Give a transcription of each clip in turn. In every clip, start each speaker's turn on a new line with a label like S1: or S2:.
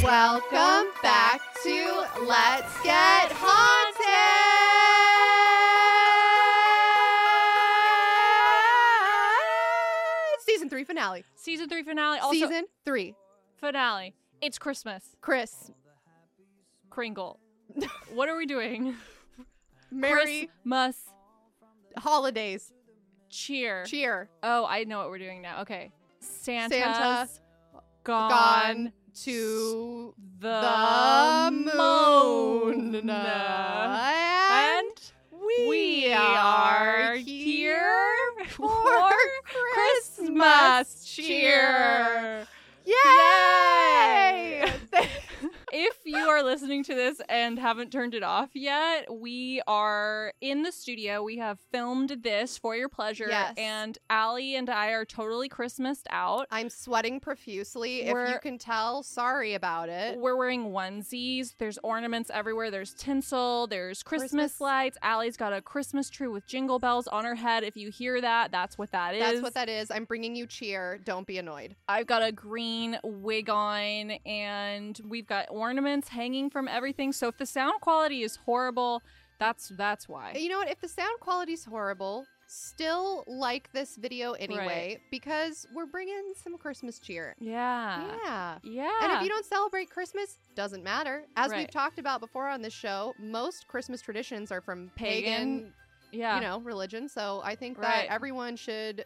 S1: Welcome back to Let's Get Haunted! Season three finale.
S2: Season three finale. Also
S1: Season three.
S2: finale. It's Christmas.
S1: Chris,
S2: Kringle. what are we doing?
S1: Merry
S2: Christmas.
S1: Holidays.
S2: Cheer.
S1: Cheer.
S2: Oh, I know what we're doing now. Okay. Santa's
S1: Santa
S2: gone,
S1: Gone to
S2: the,
S1: the moon.
S2: moon.
S1: And
S2: And we are here for Christmas cheer.
S1: Yay!
S2: If you are listening to this and haven't turned it off yet, we are in the studio. We have filmed this for your pleasure.
S1: Yes.
S2: And Allie and I are totally Christmased out.
S1: I'm sweating profusely. if you
S2: We're-
S1: can tell, sorry about it.
S2: We're wearing onesies. There's ornaments everywhere. There's tinsel. There's Christmas,
S1: Christmas.
S2: lights. Allie's got a Christmas tree with jingle bells on her head. If you hear that, that's what that is.
S1: That's what that is. I'm bringing you cheer. Don't be annoyed.
S2: I've got a green wig on, and we've got ornaments hanging from everything. So if the sound quality is horrible, that's that's why.
S1: You know what? If the sound quality's horrible, still like this video anyway because we're bringing some Christmas cheer.
S2: Yeah.
S1: yeah.
S2: Yeah.
S1: And if you don't celebrate Christmas, doesn't matter. As we've
S2: Right.
S1: talked about before on this show, most Christmas traditions are from pagan,
S2: Pagan, yeah.
S1: you know, religion. So I think that
S2: Right.
S1: everyone should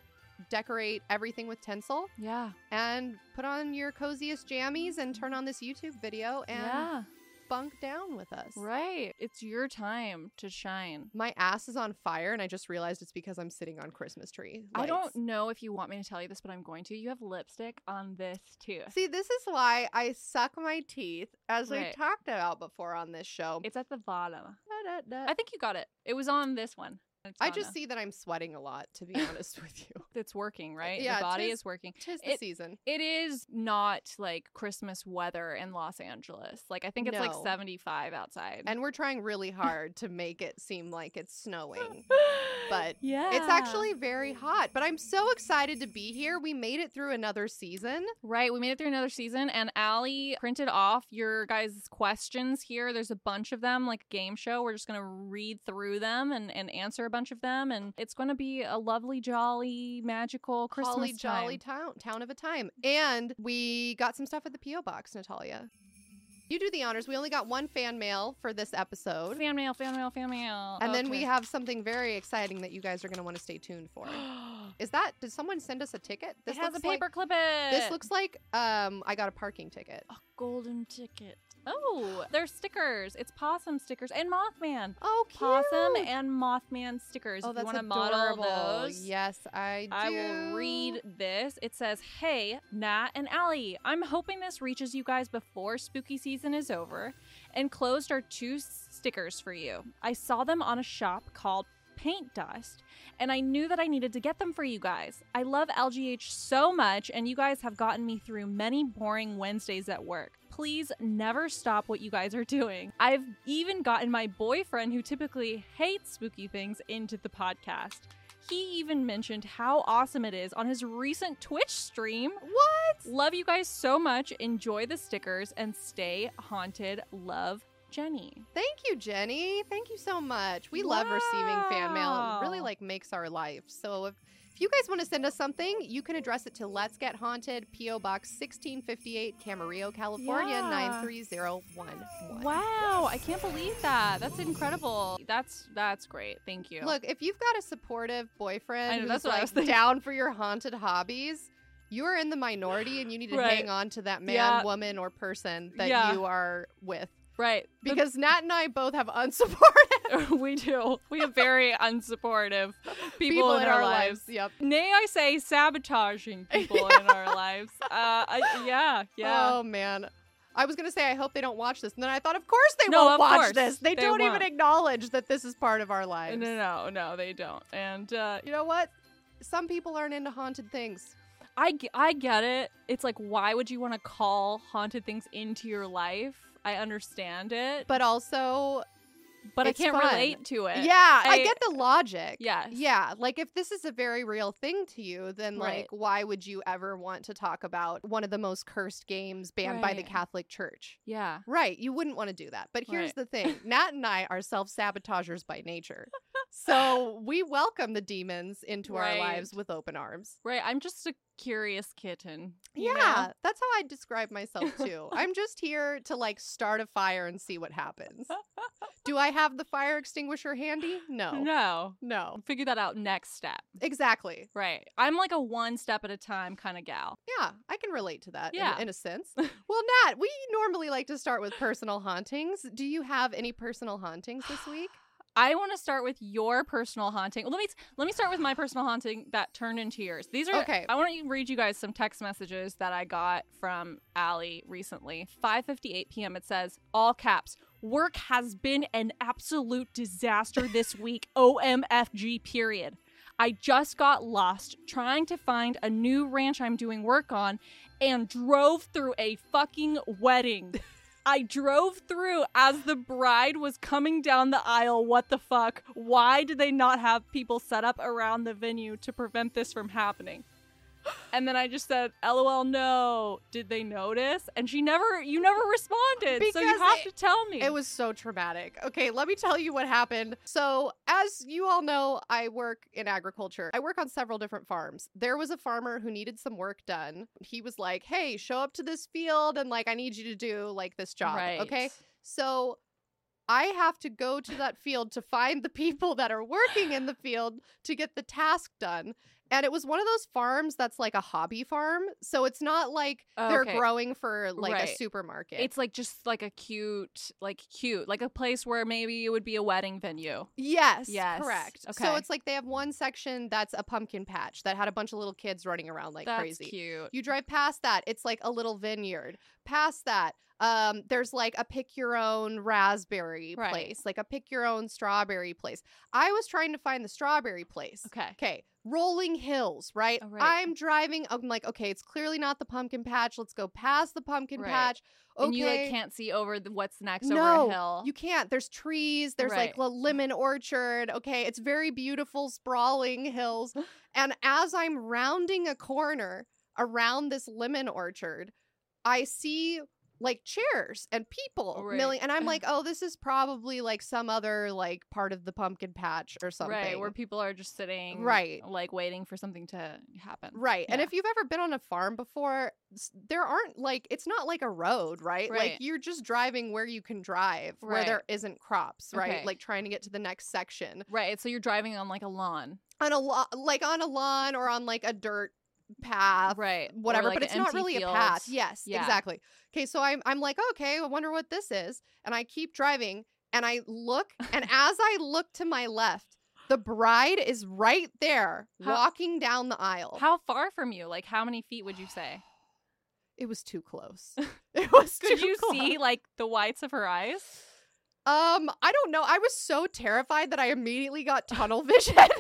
S1: decorate everything with tinsel
S2: yeah.
S1: and put on your coziest jammies and turn on this YouTube video and
S2: yeah.
S1: bunk down with us.
S2: Right. It's your time to shine.
S1: My ass is on fire, and I just realized it's because I'm sitting on Christmas tree.
S2: I
S1: lights.
S2: don't know if you want me to tell you this, but I'm going to. You have lipstick on this tooth.
S1: See, this is why I suck my teeth, as we
S2: Right.
S1: talked about before on this show.
S2: It's at the bottom.
S1: Da, da, da.
S2: I think you got it. It was on this one. It's
S1: I
S2: on
S1: just
S2: a-
S1: see that I'm sweating a lot, to be honest with you.
S2: it's working, right?
S1: Yeah,
S2: the body
S1: tis-
S2: is working.
S1: Tis the
S2: It-
S1: season.
S2: It is not like Christmas weather in Los Angeles. Like I think it's like
S1: No.
S2: 75 outside.
S1: And we're trying really hard to make it seem like it's snowing. but
S2: yeah.
S1: It's actually very hot, but I'm so excited to be here. We made it through another season.
S2: Right, we made it through another season, and Allie printed off your guys' questions here. There's a bunch of them, like a game show. We're just gonna read through them and, and answer a bunch of them, and it's gonna be a lovely, jolly, magical Christmas
S1: Holly jolly
S2: time.
S1: town, town of a time. And we got some stuff at the P.O. box, Natalia. You do the honors. We only got one fan mail for this episode.
S2: Fan mail, fan mail, fan mail.
S1: And then we
S2: Okay.
S1: have something very exciting that you guys are going to want to stay tuned for. Is that did someone send us a ticket?
S2: it has a
S1: looks like-
S2: paper clip. It.
S1: This looks like um I got a parking ticket.
S2: a golden ticket. Oh, they're stickers. It's possum stickers and Mothman.
S1: Oh, cute.
S2: Possum and Mothman stickers.
S1: Oh,
S2: if you
S1: that's
S2: want to
S1: adorable.
S2: model those.
S1: Yes, I do.
S2: I will read this. It says, Hey, Nat and Allie, I'm hoping this reaches you guys before spooky season is over. Enclosed are two stickers for you. I saw them on a shop called Paint Dust, and I knew that I needed to get them for you guys. I love LGH so much, and you guys have gotten me through many boring Wednesdays at work. Please never stop what you guys are doing. I've even gotten my boyfriend, who typically hates spooky things, into the podcast. He even mentioned how awesome it is on his recent Twitch stream.
S1: What?
S2: Love you guys so much. Enjoy the stickers and stay haunted. Love, Jenny.
S1: Thank you, Jenny. Thank you so much. We love receiving fan mail. It really
S2: Wow.
S1: like makes our life. So if if you guys want to send us something, you can address it to Let's Get Haunted, P.O. Box 1658, Camarillo, California,
S2: Yeah.
S1: 93011.
S2: Wow, I can't believe that. That's incredible. That's that's great. Thank you.
S1: Look, if you've got a supportive
S2: I
S1: boyfriend
S2: know,
S1: who's
S2: that's what I was
S1: like
S2: thinking.
S1: down for your haunted hobbies, you're in the minority and you need to
S2: Right.
S1: hang on to that man,
S2: Yeah.
S1: woman, or person that
S2: Yeah.
S1: you are with.
S2: right. The-
S1: Because Nat and I both have unsupported
S2: we do. We have very unsupportive people,
S1: people,
S2: in, our, lives.
S1: Yep.
S2: Nay, I say sabotaging people in our lives. Uh, I, yeah, yeah.
S1: Oh man. I was gonna say I hope they don't watch this, and then I thought, of course they
S2: No,
S1: won't
S2: of
S1: watch
S2: course.
S1: this. They,
S2: They
S1: don't even
S2: won't.
S1: acknowledge that this is part of our Oh, lives.
S2: no, no, no, they don't. And uh,
S1: You know what? Some people aren't into haunted things.
S2: I, g- I get it. It's like, why would you want to call haunted things into your life? I understand it.
S1: But also,
S2: but
S1: It's
S2: I can't
S1: fun.
S2: relate to it.
S1: Yeah, I,
S2: I-
S1: get the logic.
S2: Yes.
S1: Yeah, like if this is a very real thing to you, then
S2: Right.
S1: like why would you ever want to talk about one of the most cursed games banned by the
S2: Right.
S1: Catholic Church?
S2: Yeah.
S1: Right, you wouldn't want to do that. But here's
S2: Right.
S1: the thing Nat and I are self sabotagers by nature. So we welcome the demons into
S2: Right.
S1: our lives with open arms.
S2: Right. I'm just a curious kitten. you
S1: Yeah,
S2: know?
S1: that's how I describe myself too. I'm just here to like start a fire and see what happens. Do I have the fire extinguisher handy? No.
S2: No.
S1: No.
S2: Figure that out next step.
S1: Exactly.
S2: Right. I'm like a one step at a time kind of gal.
S1: Yeah, I can relate to that in-
S2: Yeah.
S1: in, a sense. Well, Nat, we normally like to start with personal hauntings. Do you have any personal hauntings this week?
S2: I want to start with your personal haunting. Well, let me let me start with my personal haunting that turned into yours. These are
S1: Okay.
S2: I want to read you guys some text messages that I got from Allie recently. 5:58 p.m. It says all caps. Work has been an absolute disaster this week. OMFG period. I just got lost trying to find a new ranch I'm doing work on and drove through a fucking wedding. I drove through as the bride was coming down the aisle. What the fuck? Why did they not have people set up around the venue to prevent this from happening? And then I just said, "LOL, no. Did they notice?" And she never, you never responded. so you
S1: Because
S2: have
S1: it-
S2: to tell me.
S1: It was so traumatic. Okay, let me tell you what happened. So, as you all know, I work in agriculture. I work on several different farms. There was a farmer who needed some work done. He was like, "Hey, show up to this field and like I need you to do like this job."
S2: Right.
S1: Okay? So, I have to go to that field to find the people that are working in the field to get the task done. And it was one of those farms that's like a hobby farm. So it's not like they're
S2: Okay.
S1: growing for like a
S2: Right.
S1: supermarket.
S2: It's like just like a cute, like cute, like a place where maybe it would be a wedding venue.
S1: Yes,
S2: Yes.
S1: correct. So
S2: Okay.
S1: it's like they have one section that's a pumpkin patch that had a bunch of little kids running around like
S2: That's
S1: crazy.
S2: cute.
S1: You drive past that, it's like a little vineyard. Past that, um, there's like a pick your own raspberry
S2: Right.
S1: place, like a pick your own strawberry place. I was trying to find the strawberry place.
S2: Okay.
S1: Okay, rolling hills, right?
S2: Oh, right.
S1: I'm driving. I'm like, okay, it's clearly not the pumpkin patch. Let's go past the pumpkin
S2: Right.
S1: patch. Okay,
S2: And you like can't see over the, what's next
S1: No,
S2: over a hill.
S1: you can't. There's trees. There's like
S2: Right.
S1: a lemon orchard. Okay. It's very beautiful, sprawling hills. and as I'm rounding a corner around this lemon orchard, I see like chairs and people
S2: Right.
S1: milling. And I'm like, oh, this is probably like some other like part of the pumpkin patch or something.
S2: Right, where people are just sitting,
S1: Right.
S2: like waiting for something to happen.
S1: Right. And
S2: Yeah.
S1: if you've ever been on a farm before, s- there aren't like, it's not like a road, right? Like
S2: Right.
S1: you're just driving where you can drive, where
S2: Right.
S1: there isn't crops, right?
S2: Okay.
S1: Like trying to get to the next section
S2: Right, so you're driving on like a lawn,
S1: on a lot, like on a lawn or on like a dirt path.
S2: right? or,
S1: Whatever,
S2: like,
S1: but
S2: an
S1: it's not
S2: empty
S1: really a
S2: field.
S1: path. Yes,
S2: Yeah.
S1: exactly. Okay, so I'm I'm like, okay, I wonder what this is, and I keep driving, and I look, and as I look to my left, the bride is right there,
S2: How-
S1: walking down the aisle.
S2: How far from you? Like, how many feet would you say?
S1: It was too close. It was
S2: Could
S1: too
S2: you
S1: close.
S2: see like the whites of her eyes?
S1: Um, I don't know. I was so terrified that I immediately got tunnel vision. and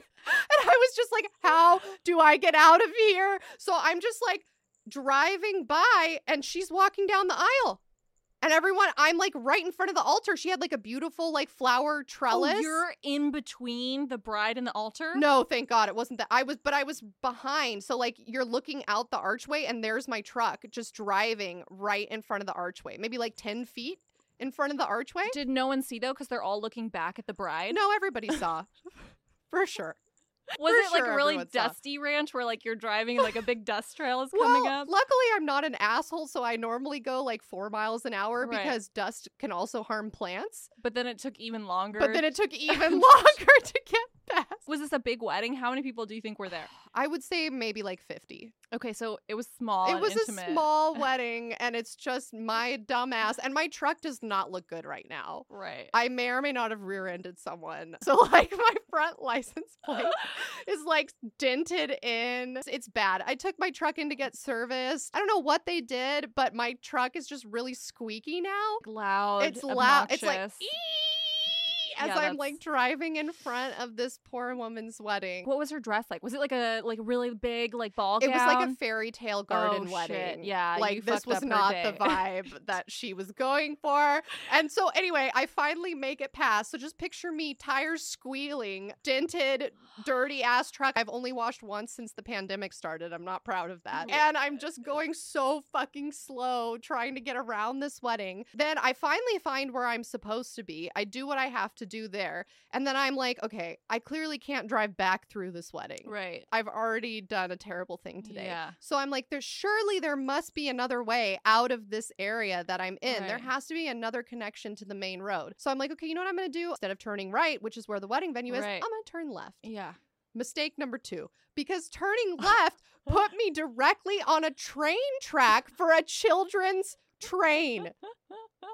S1: I was just like, how do I get out of here? So I'm just like driving by and she's walking down the aisle. And everyone, I'm like right in front of the altar. She had like a beautiful like flower trellis.
S2: Oh, you're in between the bride and the altar.
S1: no, thank God it wasn't that. I was, but I was behind. So, like, you're looking out the archway, and there's my truck just driving right in front of the archway, maybe like 10 feet in front of the archway.
S2: Did no one see though? Because they're all looking back at the bride.
S1: No, everybody saw. For sure.
S2: Was
S1: for
S2: it like
S1: sure
S2: a really
S1: everyone saw.
S2: dusty ranch where like you're driving and like a big dust trail is coming
S1: Well,
S2: up?
S1: luckily I'm not an asshole, so I normally go like four miles an hour
S2: Right.
S1: because dust can also harm plants.
S2: But then it took even longer.
S1: But then it took even longer to get past.
S2: was this a big wedding? How many people do you think were there?
S1: I would say maybe like 50.
S2: Okay, so it was small.
S1: it
S2: and
S1: was
S2: intimate.
S1: a small wedding, and it's just my dumb ass. And my truck does not look good right now.
S2: Right.
S1: I may or may not have rear-ended someone. So like my front license plate is like dented in. It's bad. I took my truck in to get serviced. I don't know what they did, but my truck is just really squeaky now.
S2: loud.
S1: It's loud. It's like e
S2: obnoxious.
S1: "Ee!" as
S2: Yeah,
S1: I'm
S2: that's-
S1: like driving in front of this poor woman's wedding.
S2: What was her dress like? Was it like a like really big like ball
S1: it was like a
S2: gown?
S1: fairy tale garden
S2: Oh, shit.
S1: wedding.
S2: Yeah, you
S1: Like this
S2: fucked
S1: was
S2: up her
S1: not the
S2: day.
S1: vibe that she was going for. And so anyway, I finally make it past. So just picture me tires squealing, dented, dirty ass truck. I've only washed once since the pandemic started. I'm not proud of that.
S2: Yeah.
S1: And I'm just going so fucking slow trying to get around this wedding. Then I finally find where I'm supposed to be. I do what I have to do there. And then I'm like, okay, I clearly can't drive back through this wedding.
S2: right
S1: I've already done a terrible thing today.
S2: Yeah.
S1: So I'm like, there's surely there must be another way out of this area that I'm in. There
S2: Right.
S1: has to be another connection to the main road. So I'm like, okay, you know what I'm gonna do? Instead of turning right, which is where the wedding venue is,
S2: Right.
S1: I'm gonna turn left.
S2: Yeah.
S1: Mistake number two, because turning left put me directly on a train track for a children's train.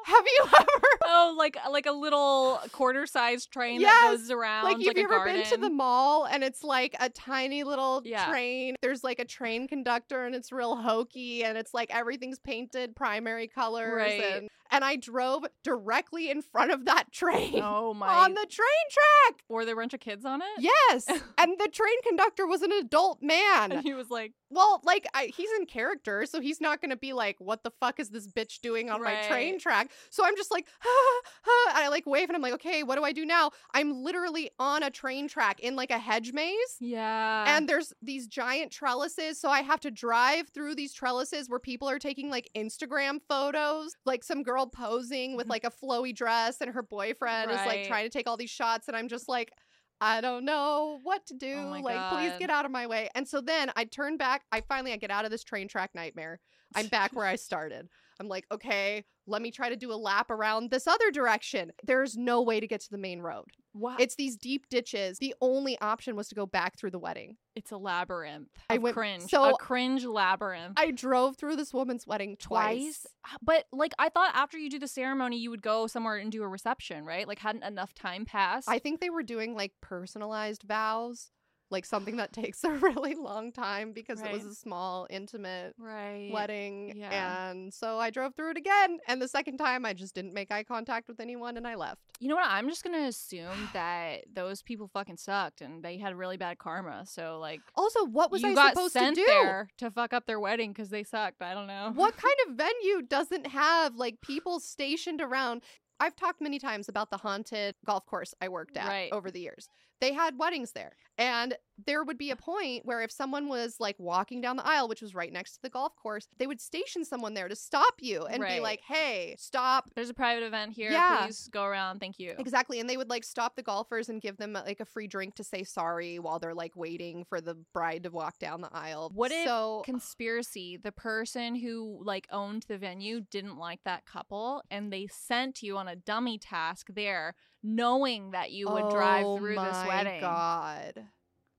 S1: Have you ever
S2: Oh, like like a little quarter sized train
S1: Yes,
S2: that goes around.
S1: like, have
S2: a
S1: you ever been to the
S2: garden.
S1: mall and it's like a tiny little
S2: Yeah.
S1: train? There's like a train conductor and it's real hokey and it's like everything's painted primary colors.
S2: Right.
S1: And, and I drove directly in front of that train
S2: Oh my!
S1: on the train track.
S2: Were there a bunch of kids on it?
S1: Yes. and the train conductor was an adult
S2: And
S1: man.
S2: he was like,
S1: Well, like I, he's in character, so he's not going to be like, "What the fuck is this bitch doing on my train
S2: Right.
S1: track?" So I'm just like, ah, ah, and I like wave, and I'm like, "Okay, what do I do now?" I'm literally on a train track in like a hedge maze.
S2: yeah.
S1: And there's these giant trellises, so I have to drive through these trellises where people are taking like Instagram photos, like some girl posing with
S2: Mhm.
S1: like a flowy dress, and her boyfriend is like
S2: Right.
S1: trying to take all these shots, and I'm just like, I don't know what to do.
S2: Oh my
S1: like, please
S2: God.
S1: get out of my way. And so then I turn back. I finally I get out of this train track nightmare. I'm back where I started. I'm like, okay, let me try to do a lap around this other direction. There's no way to get to the main road.
S2: wow, it's
S1: It's these deep ditches. The only option was to go back through the wedding.
S2: it's a labyrinth.
S1: I
S2: of
S1: went-
S2: cringe.
S1: so-
S2: a cringe labyrinth.
S1: I drove through this woman's wedding twice.
S2: Uh, But like, I thought after you do the ceremony, you would go somewhere and do a reception, right? Like, hadn't enough time passed?
S1: I think they were doing like personalized vows, like something that takes a really long time because it was
S2: Right.
S1: a small, intimate
S2: right.
S1: wedding.
S2: Yeah.
S1: And so I drove through it again. And the second time, I just didn't make eye contact with anyone and I left.
S2: You know what? I'm just gonna assume that those people fucking sucked and they had really bad karma. So like,
S1: Also, what was
S2: you
S1: I
S2: got
S1: supposed
S2: sent
S1: to do?
S2: there to fuck up their wedding because they sucked. I don't know.
S1: what kind of venue doesn't have like people stationed around? I've talked many times about the haunted golf course I worked at
S2: Right.
S1: over the years. They had weddings there. And there would be a point where if someone was like walking down the aisle, which was right next to the golf course, they would station someone there to stop you and be
S2: Right.
S1: like, hey, stop.
S2: There's a private event here.
S1: Yeah.
S2: Please go around. Thank you.
S1: Exactly. And they would like stop the golfers and give them uh, like a free drink to say sorry while they're like waiting for the bride to walk down the aisle.
S2: What if
S1: so
S2: Conspiracy. The person who like owned the venue didn't like that couple and they sent you on a dummy task there knowing that you would
S1: Oh
S2: drive through
S1: my
S2: this wedding.
S1: God.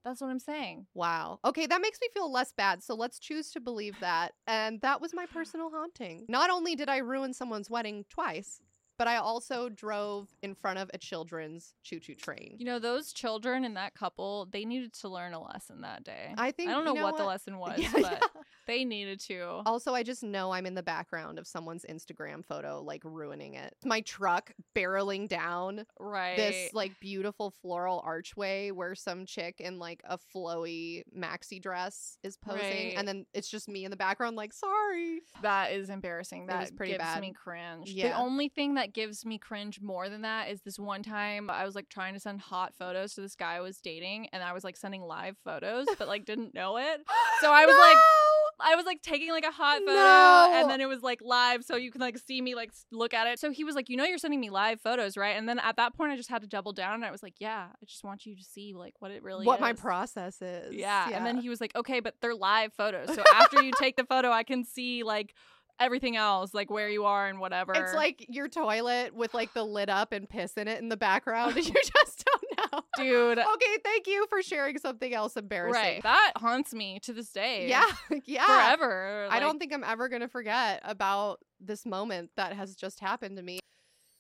S2: That's what I'm saying.
S1: Wow. Okay, that makes me feel less bad. So let's choose to believe that. And that was my personal haunting. Not only did I ruin someone's wedding twice, but I also drove in front of a children's choo choo train.
S2: You know, those children and that couple, they needed to learn a lesson that day.
S1: I think
S2: I don't
S1: you
S2: know, what, the
S1: what?
S2: lesson was,
S1: Yeah,
S2: but
S1: yeah.
S2: they needed to.
S1: Also, I just know I'm in the background of someone's Instagram photo, like ruining it. My truck barreling down
S2: Right.
S1: this like beautiful floral archway where some chick in like a flowy maxi dress is posing,
S2: Right.
S1: and then it's just me in the background, like sorry.
S2: That is embarrassing. That
S1: was pretty
S2: gives
S1: bad.
S2: me cringe. The
S1: Yeah.
S2: only thing that gives me cringe more than that is this one time I was like trying to send hot photos to this guy I was dating and I was like sending live photos but like didn't know it. So I was like I was like taking like a hot photo
S1: No.
S2: and then it was like live so you can like see me like s- look at it. So he was like, "You know you're sending me live photos, right?" And then at that point I just had to double down and I was like, "Yeah, I just want you to see like what it really
S1: what
S2: is."
S1: my process is.
S2: Yeah. And then he was like, okay, but they're live photos. So after you take the photo, I can see like everything else, like where you are and whatever.
S1: it's like your toilet with like the lid up and piss in it in the background, and you just don't know.
S2: dude,
S1: Okay, thank you for sharing something else embarrassing.
S2: right. That haunts me to this day.
S1: Yeah, yeah.
S2: Forever.
S1: I
S2: Like,
S1: don't think I'm ever gonna forget about this moment that has just happened to me.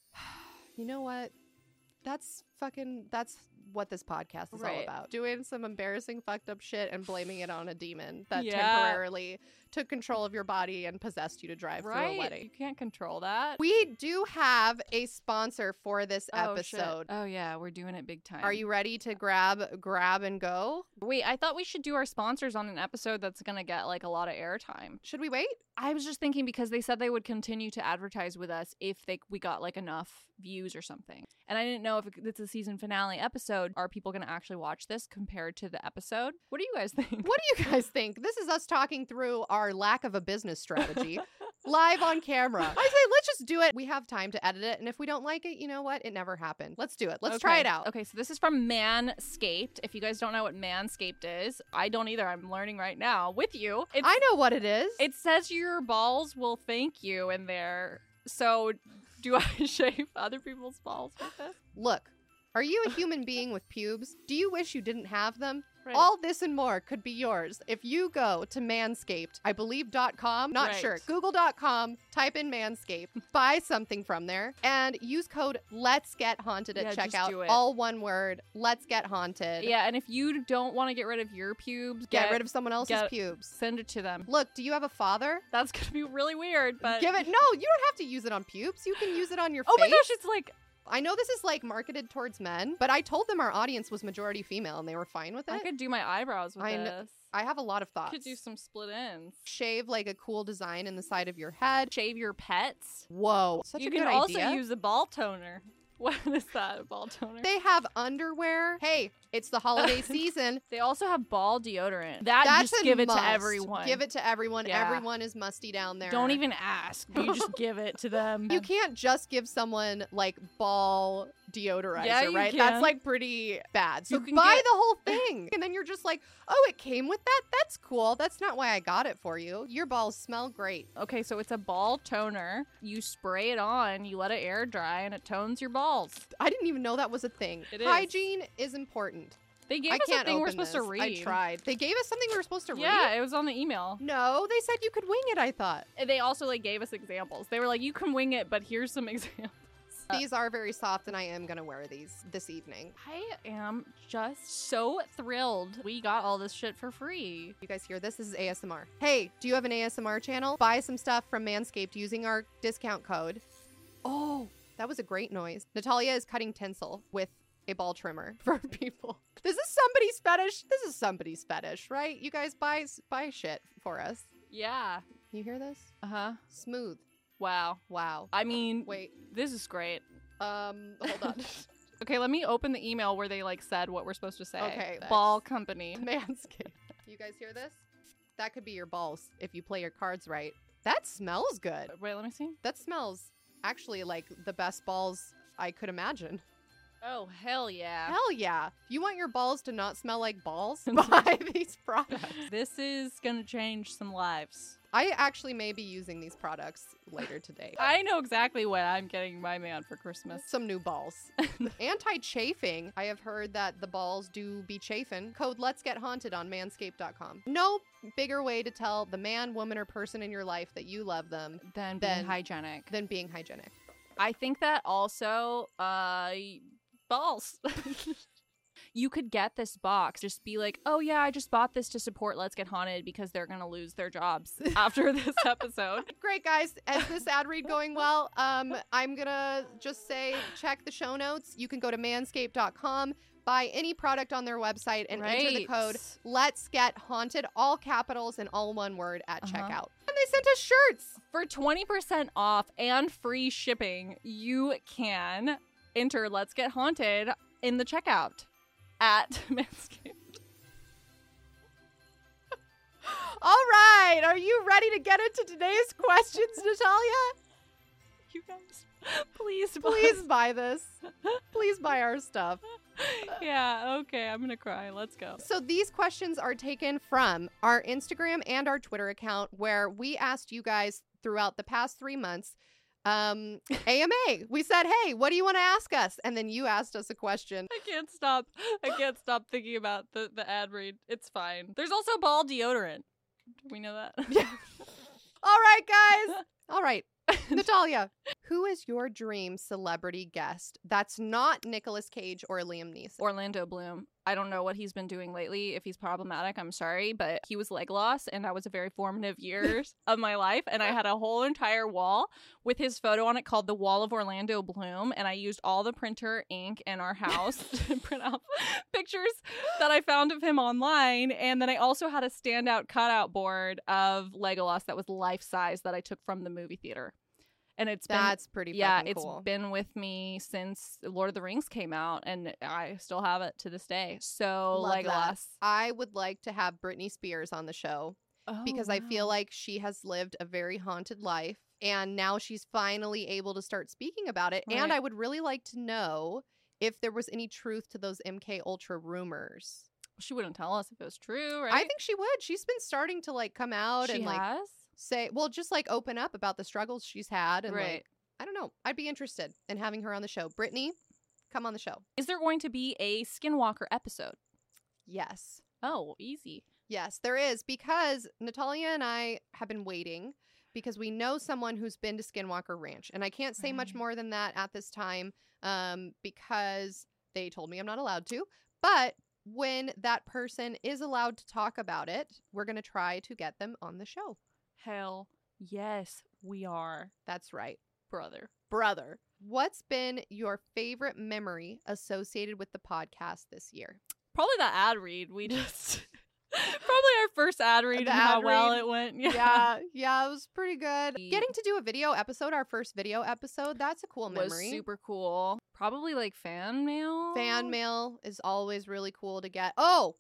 S1: You know what? That's fucking. That's what this podcast is
S2: Right.
S1: all about. Doing some embarrassing, fucked up shit and blaming it on a demon that
S2: Yeah.
S1: temporarily took control of your body and possessed you to drive through a
S2: right.
S1: wedding.
S2: You can't control that.
S1: We do have a sponsor for this
S2: Oh, shit.
S1: episode.
S2: Oh, yeah, we're doing it big time.
S1: Are you ready to grab, grab and go?
S2: Wait, I thought we should do our sponsors on an episode that's gonna get like a lot of airtime.
S1: Should we wait?
S2: I was just thinking because they said they would continue to advertise with us if they we got like enough views or something. And I didn't know if it's a season finale episode. Are people gonna actually watch this compared to the episode? What do you guys think?
S1: What do you guys think? This is us talking through our lack of a business strategy live on camera. I say, let's just do it. We have time to edit it. And if we don't like it, you know what? It never happened. Let's do it. Let's try
S2: Okay.
S1: it out.
S2: Okay, so this is from Manscaped. If you guys don't know what Manscaped is, I don't either. I'm learning right now with you. It's,
S1: I know what it is.
S2: it says your balls will thank you in there. So do I shave other people's balls with this?
S1: Look, are you a human being with pubes? Do you wish you didn't have them? All this and more could be yours if you go to manscaped, I believe.com, not
S2: Right.
S1: sure, google.com, type in manscaped, buy something from there, and use code Let's Get Haunted at
S2: Yeah, just do
S1: checkout.
S2: it.
S1: All one word, Let's Get Haunted.
S2: Yeah, and if you don't want to get rid of your pubes,
S1: Get, rid of someone else's
S2: get-
S1: pubes.
S2: send it to them.
S1: Look, do you have a father?
S2: That's gonna be really weird, but
S1: Give it. No, you don't have to use it on pubes. You can use it on your
S2: Uh, Oh
S1: face.
S2: my gosh, it's like
S1: I know this is like marketed towards men, but I told them our audience was majority female and they were fine with it.
S2: I could do my eyebrows with
S1: I kn-
S2: this.
S1: I have a lot of
S2: I
S1: thoughts.
S2: could do some split ends.
S1: Shave like a cool design in the side of your head.
S2: Shave your pets.
S1: Whoa, such
S2: you
S1: a
S2: can
S1: good
S2: also
S1: idea.
S2: use a ball toner. What is that? A ball toner?
S1: they have underwear. Hey, it's the holiday season.
S2: They also have ball deodorant. That
S1: That's
S2: just
S1: a
S2: give it
S1: must.
S2: to everyone.
S1: Give it to everyone.
S2: Yeah.
S1: Everyone is musty down there.
S2: Don't even ask. You just give it to them.
S1: You can't just give someone like ball deodorizer,
S2: Yeah, you
S1: right?
S2: can.
S1: That's like pretty bad. So
S2: You can
S1: buy
S2: get-
S1: the whole thing. And then you're just like, oh, it came with that? That's cool. That's not why I got it for you. Your balls smell great.
S2: Okay, so it's a ball toner. You spray it on, you let it air dry, and it tones your balls.
S1: I didn't even know that was a thing.
S2: It is.
S1: Hygiene is important.
S2: They gave
S1: I
S2: us
S1: can't
S2: something we're
S1: open
S2: supposed to
S1: this.
S2: read.
S1: I tried. They gave us something we were supposed to
S2: Yeah,
S1: read.
S2: it was on the email.
S1: No, they said you could wing it, I thought.
S2: And They also like gave us examples. They were like, "You can wing it, but here's some examples."
S1: These are very soft and I am going to wear these this evening.
S2: I am just so thrilled we got all this shit for free.
S1: You guys hear this? This is ASMR. Hey, do you have an ASMR channel? Buy some stuff from Manscaped using our discount code. Oh, that was a great noise. Natalia is cutting tinsel with a ball trimmer for people. This is somebody's fetish. This is somebody's fetish, right? You guys buy buy shit for us.
S2: Yeah.
S1: You hear this?
S2: Uh huh.
S1: Smooth.
S2: Wow.
S1: Wow.
S2: I mean,
S1: Wait.
S2: this is great.
S1: Um, hold on.
S2: Okay, let me open the email where they like said what we're supposed to say.
S1: Okay,
S2: Ball company.
S1: Manscaped. You guys hear this? That could be your balls if you play your cards right. That smells good.
S2: Wait, let me see.
S1: That smells actually like the best balls I could imagine.
S2: Oh hell yeah.
S1: Hell yeah. You want your balls to not smell like balls? Buy these products.
S2: This is gonna change some lives.
S1: I actually may be using these products later today.
S2: I know exactly what I'm getting my man for Christmas.
S1: Some new balls. Anti chafing. I have heard that the balls do be chafing. Code Let's Get Haunted on manscaped.com. No bigger way to tell the man, woman, or person in your life that you love them
S2: Than being
S1: Then-
S2: hygienic.
S1: than being hygienic.
S2: I think that also uh balls. you could get this box just be like, "Oh yeah, I just bought this to support Let's Get Haunted because they're going to lose their jobs after this episode."
S1: Great guys, is this ad read going well? Um, I'm gonna just say check the show notes. You can go to manscaped.com, buy any product on their website, and enter the
S2: Right.
S1: code Let's Get Haunted, all capitals and all one word at
S2: Uh-huh.
S1: checkout. And they sent us shirts.
S2: For 20% off and free shipping, you can enter Let's Get Haunted in the checkout at Manscaped.
S1: All right, are you ready to get into today's questions, Natalia?
S2: You guys, please,
S1: Please buy this. Please buy our stuff.
S2: yeah, okay, I'm going to cry. Let's go.
S1: So these questions are taken from our Instagram and our Twitter account, where we asked you guys throughout the past three months. Um, AMA, we said, hey, what do you want to ask us? And then you asked us a question.
S2: I can't stop. I can't stop thinking about the, the ad read. It's fine. There's also ball deodorant. Do we know that?
S1: All right, guys. All right. Natalia, who is your dream celebrity guest that's not Nicolas Cage or Liam Neeson?
S2: Orlando Bloom. I don't know what he's been doing lately. If he's problematic, I'm sorry, but he was leg loss, and that was a very formative years of my life. And I had a whole entire wall with his photo on it called "The Wall of Orlando Bloom," and I used all the printer ink in our house to print out pictures that I found of him online. And then I also had a standout cutout board of Legolas that was life size that I took from the movie theater. And it's been
S1: that's pretty
S2: yeah
S1: fucking
S2: it's
S1: cool.
S2: been with me since lord of the rings came out and i still have it to this day so
S1: Love that.
S2: legolas
S1: I would like to have Britney Spears on the show
S2: Oh,
S1: because I feel like she has lived a very haunted life and now she's finally able to start speaking about it.
S2: Right.
S1: And I would really like to know if there was any truth to those MK Ultra rumors.
S2: Oh, she wouldn't tell us if it was true right
S1: I think she would. She's been starting to like come out
S2: she
S1: and like
S2: has
S1: say, well, just like open up about the struggles she's had and
S2: right
S1: like I don't know. I'd be interested in having her on the show. Brittany, come on the show.
S2: is there going to be a skinwalker episode
S1: Yes.
S2: oh easy
S1: Yes, there is because Natalia and I have been waiting because we know someone who's been to Skinwalker Ranch, and I can't say much
S2: Right.
S1: more than that at this time um, because they told me I'm not allowed to. But when that person is allowed to talk about it, we're going to try to get them on the show.
S2: hell yes we are
S1: That's right,
S2: brother
S1: brother. What's been your favorite memory associated with the podcast this year?
S2: probably that ad read we just probably our first ad read
S1: The
S2: and how
S1: ad
S2: well
S1: read.
S2: it went
S1: yeah, yeah, it was pretty good.
S2: Yeah.
S1: Getting to do a video episode, our first video episode, that's a cool
S2: was
S1: memory.
S2: super cool probably like fan mail
S1: Fan mail is always really cool to get. Oh,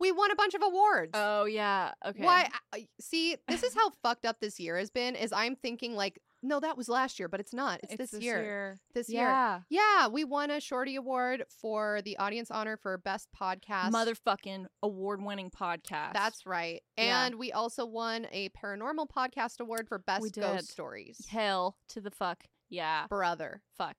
S1: we won a bunch of awards.
S2: Oh yeah. Okay.
S1: Why? I- See, this is how fucked up this year has been. Is I'm thinking like, no, that was last year, but it's not. It's, this, year. This year.
S2: yeah.
S1: Yeah, we won a Shorty Award for the audience honor for best podcast.
S2: Motherfucking award-winning podcast.
S1: That's right.
S2: Yeah.
S1: And we also won a paranormal podcast award for best
S2: did.
S1: ghost stories.
S2: hell to the fuck. Yeah.
S1: Brother.
S2: Fuck.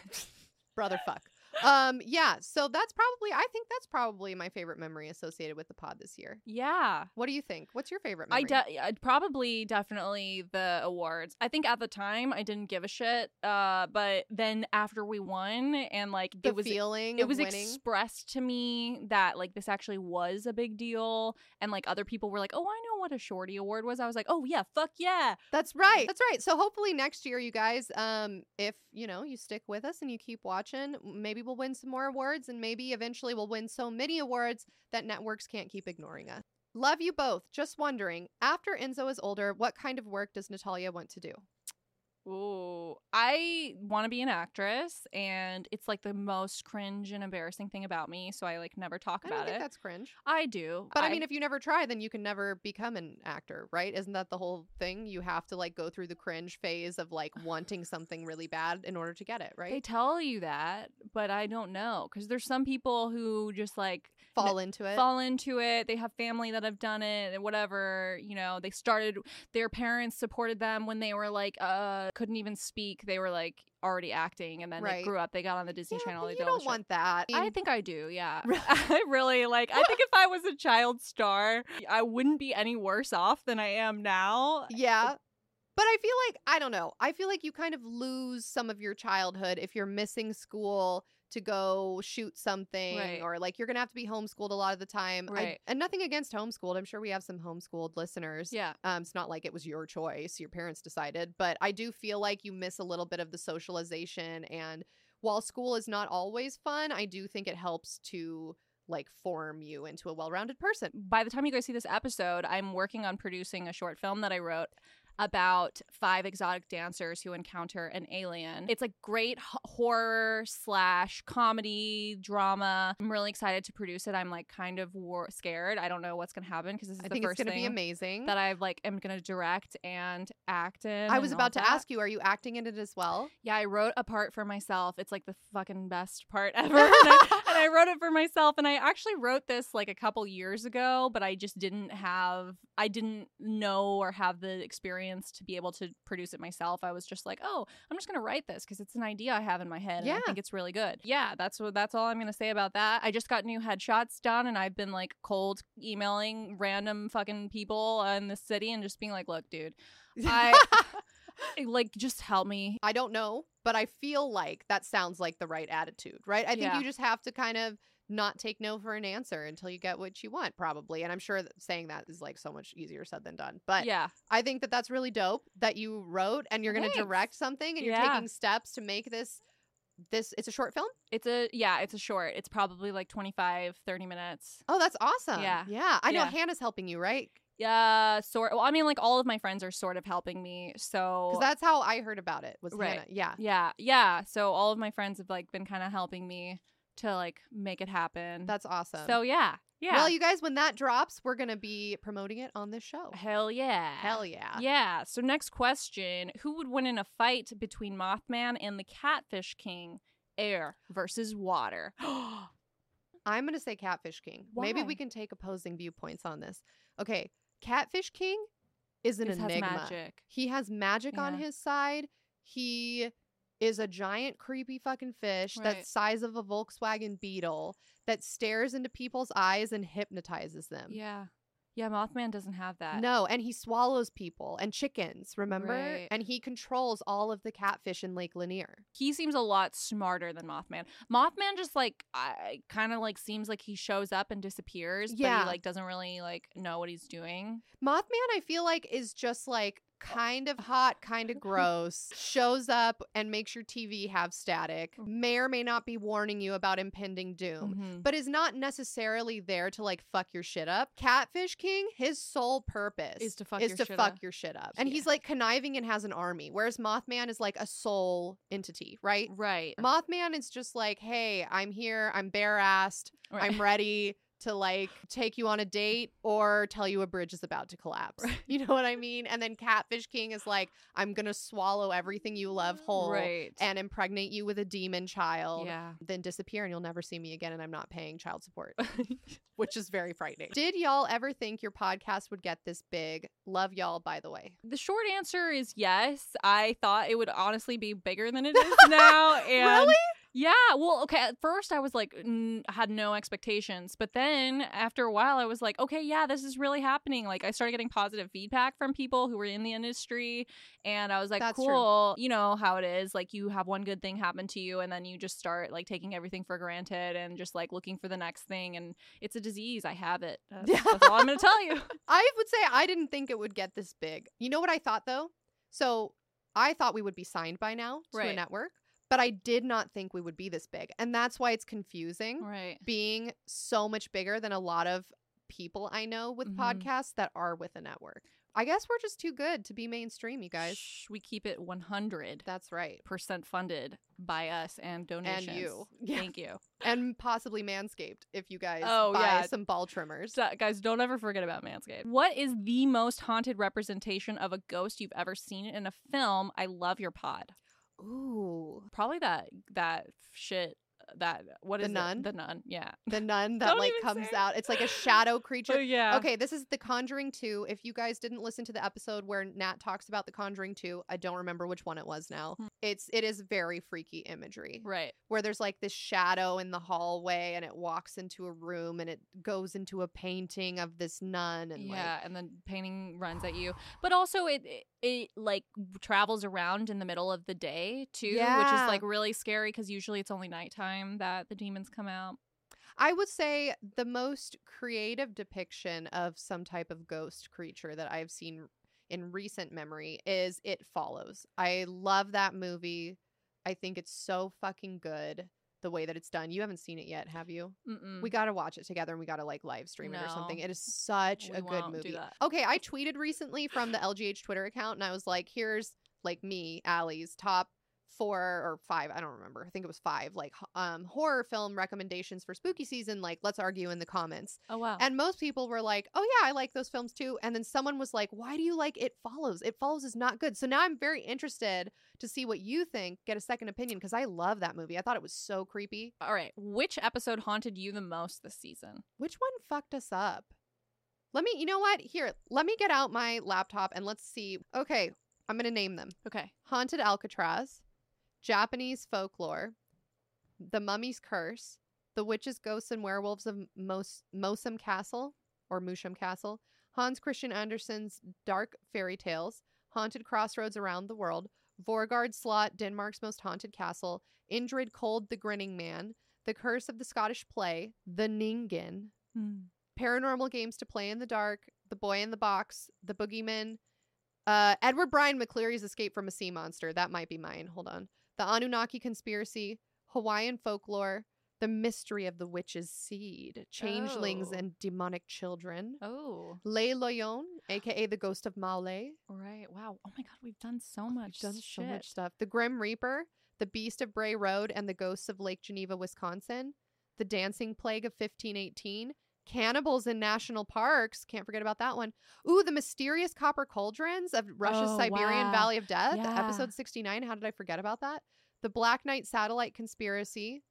S1: brother fuck um yeah so that's probably i think that's probably my favorite memory associated with the pod this year
S2: yeah.
S1: what do you think what's your favorite
S2: I
S1: memory
S2: de- I'd probably definitely the awards. I think at the time I didn't give a shit. Uh, but then after we won and like
S1: the
S2: it was e,
S1: feeling
S2: it
S1: of
S2: was
S1: winning
S2: expressed to me that like this actually was a big deal and like other people were like oh i know what a shorty award was i was like oh yeah fuck yeah
S1: that's right that's right so hopefully next year you guys um if you know you stick with us and you keep watching maybe we'll win some more awards and maybe eventually we'll win so many awards that networks can't keep ignoring us love you both just wondering after enzo is older what kind of work does natalia want to do
S2: Ooh, I want to be an actress, and it's like the most cringe and embarrassing thing about me. So I like never talk
S1: i don't
S2: about
S1: think
S2: it.
S1: that's cringe
S2: I do,
S1: But I, mean, if you never try, then you can never become an actor, right? Isn't that the whole thing? You have to like go through the cringe phase of like wanting something really bad in order to get it,
S2: they
S1: right?
S2: tell you that, but I don't know because there's some people who just like
S1: Fall into it.
S2: fall into it. They have family that have done it and whatever, you know, they started their parents supported them when they were like uh couldn't even speak. They were like already acting and then they
S1: Right.
S2: grew up, they got on the Disney
S1: Yeah,
S2: Channel,
S1: but
S2: they
S1: you
S2: did
S1: don't
S2: all this shit.
S1: want that.
S2: I
S1: mean,
S2: think I do, yeah.
S1: Really?
S2: I really like I think if I was a child star, I wouldn't be any worse off than I am now.
S1: yeah. But I feel like, I don't know, I feel like you kind of lose some of your childhood if you're missing school to go shoot something
S2: Right.
S1: or like you're going to have to be homeschooled a lot of the time. I-
S2: Right.
S1: and nothing against homeschooled. I'm sure we have some homeschooled listeners.
S2: Yeah.
S1: Um, it's not like it was your choice, your parents decided, but I do feel like you miss a little bit of the socialization. And while school is not always fun, I do think it helps to like form you into a well rounded person.
S2: By the time you guys see this episode, I'm working on producing a short film that I wrote about five exotic dancers who encounter an alien. It's a great h- horror slash comedy drama. I'm really excited to produce it. I'm like kind of war- scared. I don't know what's gonna happen because this is
S1: I
S2: the
S1: think it's
S2: first
S1: going to
S2: thing
S1: be amazing.
S2: that I've like am gonna direct and act in.
S1: I was
S2: and all
S1: about to
S2: that.
S1: ask you, are you acting in it as well?
S2: Yeah, I wrote a part for myself. It's like the fucking best part ever. And I, and I wrote it for myself. And I actually wrote this like a couple years ago, but I just didn't have, I didn't know or have the experience to be able to produce it myself. I was just like, oh, I'm just going to write this because it's an idea I have in my head. And
S1: Yeah.
S2: I think it's really good. Yeah, that's what, that's all I'm going to say about that. I just got new headshots done and I've been like cold emailing random fucking people in the city and just being like, look, dude, I like just help me.
S1: I don't know, but I feel like that sounds like the right attitude, right? I think
S2: Yeah.
S1: you just have to kind of not take no for an answer until you get what you want, probably. And I'm sure that saying that is like so much easier said than done. But
S2: yeah.
S1: I think that that's really dope that you wrote and you're going to
S2: Thanks.
S1: direct something and you're
S2: Yeah.
S1: taking steps to make this. This it's a short film.
S2: It's a yeah, it's a short. It's probably like 25, 30 minutes.
S1: Oh, that's awesome.
S2: Yeah.
S1: yeah. I know
S2: Yeah.
S1: Hannah's helping you, right?
S2: Yeah, sort well, I mean like all of my friends are sort of helping me. So
S1: Because that's how I heard about it. Was
S2: Right.
S1: Hannah? Yeah.
S2: Yeah, yeah. So all of my friends have like been kind of helping me to like make it happen.
S1: That's awesome.
S2: so yeah, yeah.
S1: Well, you guys, when that drops, we're gonna be promoting it on this show.
S2: Hell yeah.
S1: Hell yeah.
S2: Yeah. So next question: Who would win in a fight between Mothman and the Catfish King? Air versus water.
S1: I'm gonna say Catfish King. Maybe
S2: Why?
S1: we can take opposing viewpoints on this. Okay, Catfish King is an
S2: This has
S1: enigma.
S2: magic.
S1: He has magic on
S2: Yeah.
S1: his side. He is a giant creepy fucking fish
S2: Right.
S1: that's size of a Volkswagen Beetle that stares into people's eyes and hypnotizes them.
S2: Yeah. Yeah. Mothman doesn't have that.
S1: No, and he swallows people and chickens, remember?
S2: Right.
S1: And he controls all of the catfish in Lake Lanier.
S2: He seems a lot smarter than Mothman. Mothman just like I kind of like seems like he shows up and disappears, but
S1: Yeah.
S2: he like doesn't really like know what he's doing.
S1: Mothman, I feel like, is just like
S2: Oh.
S1: kind of hot, kind of gross, shows up and makes your TV have static,
S2: Mm.
S1: may or may not be warning you about impending doom.
S2: Mhm.
S1: But is not necessarily there to like fuck your shit up. Catfish King, his sole purpose
S2: Is to fuck your shit
S1: fuck
S2: up.
S1: your shit up. And
S2: Yeah.
S1: he's like conniving and has an army, whereas Mothman is like a sole entity, right?
S2: Right.
S1: Mothman is just like, hey, I'm here, I'm bare assed,
S2: Right.
S1: I'm ready to like take you on a date or tell you a bridge is about to collapse. You know what I mean? And then Catfish King is like, I'm gonna swallow everything you love whole
S2: Right.
S1: and impregnate you with a demon child.
S2: yeah.
S1: Then disappear and you'll never see me again, and I'm not paying child support, which is very frightening. Did y'all ever think your podcast would get this big? Love y'all, by the way.
S2: the short answer is yes. I thought it would honestly be bigger than it is now. And
S1: Really?
S2: Yeah. Well, okay. At first, I was like, n- had no expectations. But then after a while, I was like, okay, yeah, this is really happening. Like, I started getting positive feedback from people who were in the industry. And I was like,
S1: That's true.
S2: cool. You know how it is. Like, you have one good thing happen to you, and then you just start like taking everything for granted and just like looking for the next thing. And it's a disease. I have it. That's, that's all I'm going to tell you.
S1: I would say I didn't think it would get this big. You know what I thought though? So I thought we would be signed by now to a
S2: Right.
S1: network, but I did not think we would be this big. And that's why it's confusing
S2: Right.
S1: being so much bigger than a lot of people I know with
S2: Mhm.
S1: podcasts that are with a network. I guess we're just too good to be mainstream, you guys.
S2: Shh, we keep it 100
S1: That's right.
S2: percent funded by us and donations.
S1: you. Yeah.
S2: Thank you.
S1: And possibly manscaped if you guys
S2: Oh,
S1: buy
S2: yeah.
S1: some ball trimmers.
S2: So, guys, don't ever forget about Manscaped. What is the most haunted representation of a ghost you've ever seen in a film? I love your pod.
S1: Ooh.
S2: Probably that that shit that what
S1: The
S2: is it?
S1: nun?
S2: The nun. Yeah.
S1: The nun that
S2: Don't
S1: like
S2: even
S1: comes
S2: say it.
S1: out. It's like a shadow creature.
S2: Oh yeah.
S1: Okay, this is The Conjuring 2. If you guys didn't listen to the episode where Nat talks about The Conjuring 2, I don't remember which one it was now.
S2: Hmm.
S1: It's it is very freaky imagery
S2: Right.
S1: where there's like this shadow in the hallway and it walks into a room and it goes into a painting of this nun and
S2: yeah, and then painting runs at you, but also it, it it like travels around in the middle of the day too, which
S1: Yeah.
S2: is like really scary because usually it's only nighttime that the demons come out.
S1: like I would say the most creative depiction of some type of ghost creature that I've seen in recent memory is It Follows. I love that movie. I think it's so fucking good the way that it's done. You haven't seen it yet, have you?
S2: Mm-mm.
S1: We got to watch it together and we got to like live stream it or something.
S2: Mm. No.
S1: It is such
S2: We
S1: a good
S2: won't do
S1: movie.
S2: that.
S1: Okay, I tweeted recently from the LGH Twitter account and I was like, here's like me, Allie's top four or five, I don't remember. I think it was five like h- um horror film recommendations for spooky season like let's argue in the comments.
S2: Oh wow.
S1: And most people were like, "Oh yeah, I like those films too." And then someone was like, "Why do you like It Follows? It Follows is not good." So now I'm very interested to see what you think, get a second opinion because I love that movie. I thought it was so creepy.
S2: All right. Which episode haunted you the most this season?
S1: Which one fucked us up? Let me, you know what? Here, let me get out my laptop and let's see. Okay, I'm going to name them
S2: Okay.
S1: Haunted Alcatraz, Japanese Folklore, The Mummy's Curse, The Witches, Ghosts, and Werewolves of Mos- Mosum Castle or Musham Castle, Hans Christian Andersen's Dark Fairy Tales, haunted crossroads around the world, Vorgard Slot, Denmark's most haunted castle, Indrid Cold, the grinning man, the curse of the Scottish play, the Ningen, paranormal games to play in the dark, the boy in the box, the boogeyman, uh, Edward Brian McCleary's escape from a sea monster. That might be mine. Hold on. The Anunnaki conspiracy, Hawaiian folklore, the mystery of the witch's seed, changelings
S2: Oh.
S1: and demonic children.
S2: Oh,
S1: Le Loyon, aka the ghost of Maule.
S2: right. Wow. Oh my God, we've done so
S1: We've
S2: much.
S1: done so much
S2: shit.
S1: stuff. The Grim Reaper, the Beast of Bray Road, and the Ghosts of Lake Geneva, Wisconsin. The Dancing Plague of 1518. Cannibals in National Parks. Can't forget about that one. Ooh, the mysterious copper cauldrons of Russia's
S2: Oh,
S1: Siberian
S2: wow.
S1: Valley of Death.
S2: Yeah.
S1: Episode 69. How did I forget about that? The Black Knight Satellite Conspiracy.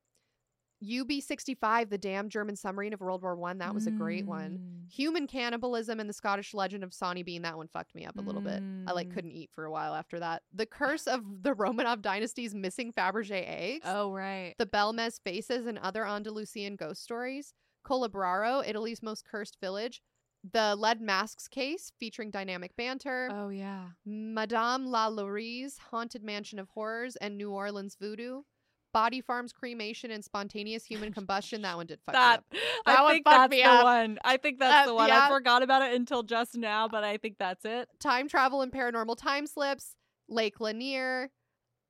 S1: UB 65, the damn German submarine of World War One. That was a great
S2: Mm.
S1: one. Human cannibalism and the Scottish legend of Sonny Bean. That one fucked me up a little bit. I like
S2: Mm.
S1: couldn't eat for a while after that. The curse of the Romanov dynasty's missing Fabergé eggs,
S2: Oh, right.
S1: the Belmes faces and other Andalusian ghost stories, Colabraro, Italy's most cursed village, the Lead Masks case featuring dynamic banter,
S2: Oh, yeah.
S1: Madame La Laurie's Haunted Mansion of Horrors and New Orleans Voodoo, Body Farm's cremation and spontaneous human combustion. That one did fuck me
S2: That,
S1: up. That
S2: I
S1: one
S2: think
S1: fucked
S2: that's
S1: me
S2: the
S1: up.
S2: one. I think that's
S1: Uh,
S2: the one.
S1: yeah.
S2: I forgot about it until just now, but I think that's it.
S1: time travel and paranormal time slips, Lake Lanier,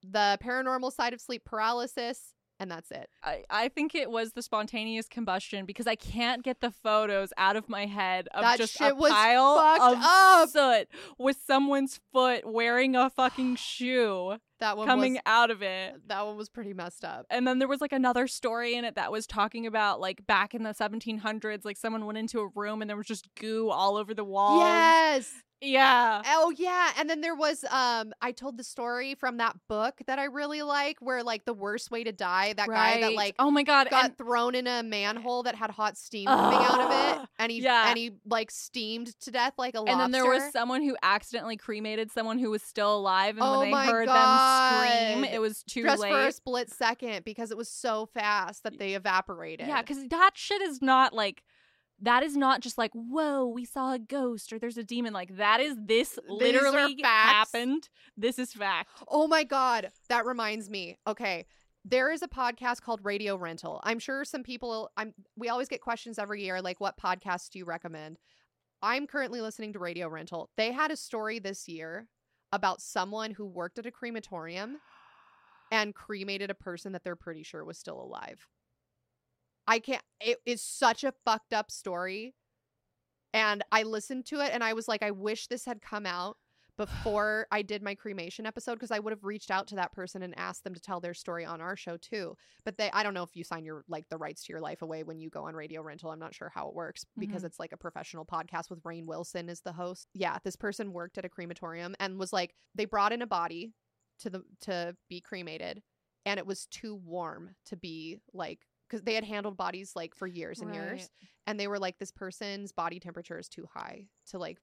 S1: the paranormal side of sleep paralysis, and that's it.
S2: I, I think it was the spontaneous combustion because I can't get the photos out of my head of
S1: That
S2: just
S1: shit
S2: a
S1: was
S2: pile
S1: fucked
S2: of
S1: up.
S2: soot with someone's foot wearing a fucking shoe
S1: That one
S2: coming
S1: was, uh,
S2: out of it.
S1: that one was pretty messed up.
S2: And then there was like another story in it that was talking about like back in the 1700s, like someone went into a room and there was just goo all uh over the walls.
S1: Yes.
S2: Yeah.
S1: Oh yeah. And then there was um I told the story from that book that I really like where like the worst way to die, that guy that
S2: Right.
S1: like
S2: oh my god,
S1: got
S2: and-
S1: thrown in a manhole that had hot steam coming out of it
S2: Ugh.
S1: and he
S2: Oh, Yeah.
S1: and he like steamed to death like a lobster.
S2: And then there was someone who accidentally cremated someone who was still alive, and
S1: Oh
S2: when they
S1: my
S2: heard them
S1: God.
S2: scream, it was too
S1: just
S2: late.
S1: for a split second because it was so fast that they evaporated.
S2: yeah, because that shit is not like that is not just like whoa, we saw a ghost or there's a demon. Like that is this
S1: are
S2: literally
S1: facts.
S2: happened. This is fact.
S1: Oh my God. That reminds me. Okay. There is a podcast called Radio Rental. I'm sure some people I'm we always get questions every year like what podcasts do you recommend? I'm currently listening to Radio Rental. They had a story this year about someone who worked at a crematorium and cremated a person that they're pretty sure was still alive. I can't it is such a fucked up story. And I listened to it and I was like, I wish this had come out before I did my cremation episode because I would have reached out to that person and asked them to tell their story on our show too. But they I don't know if you sign your like the rights to your life away when you go on radio rental. I'm not sure how it works because it's like a professional podcast with Rain Wilson as the host. Yeah, this person worked at a crematorium and was like they brought in a body to the to be cremated and it was too warm to be like because they had handled bodies like for years and years and they were like this person's body temperature is too high to like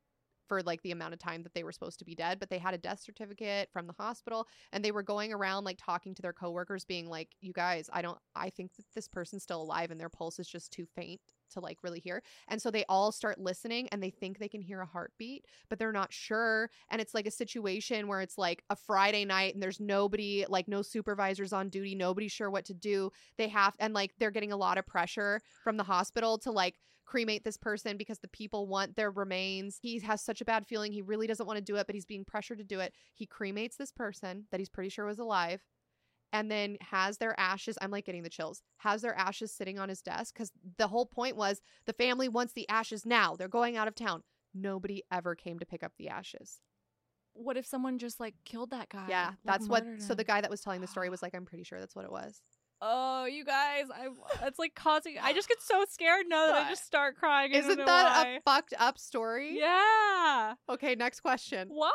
S1: for like the amount of time that they were supposed to be dead but they had a death certificate from the hospital and they were going around like talking to their coworkers being like you guys i don't i think that this person's still alive and their pulse is just too faint to like really hear and so they all start listening and they think they can hear a heartbeat but they're not sure and it's like a situation where it's like a friday night and there's nobody like no supervisors on duty nobody's sure what to do they have and like they're getting a lot of pressure from the hospital to like cremate this person because the people want their remains. He has such a bad feeling. He really doesn't want to do it, but he's being pressured to do it. He cremates this person that he's pretty sure was alive and then has their ashes i'm like getting the chills has their ashes sitting on his desk because the whole point was the family wants the ashes now they're going out of town nobody ever came to pick up the ashes
S2: What if someone just like killed that guy?
S1: yeah
S2: Like,
S1: that's what
S2: murdered
S1: so the
S2: him?
S1: guy that was telling the story was like i'm pretty sure that's what it was
S2: Oh, you guys, I that's like causing. I just get so scared now that I just start crying. I don't
S1: isn't
S2: know
S1: that
S2: why.
S1: a fucked up story
S2: Yeah.
S1: okay next question
S2: What?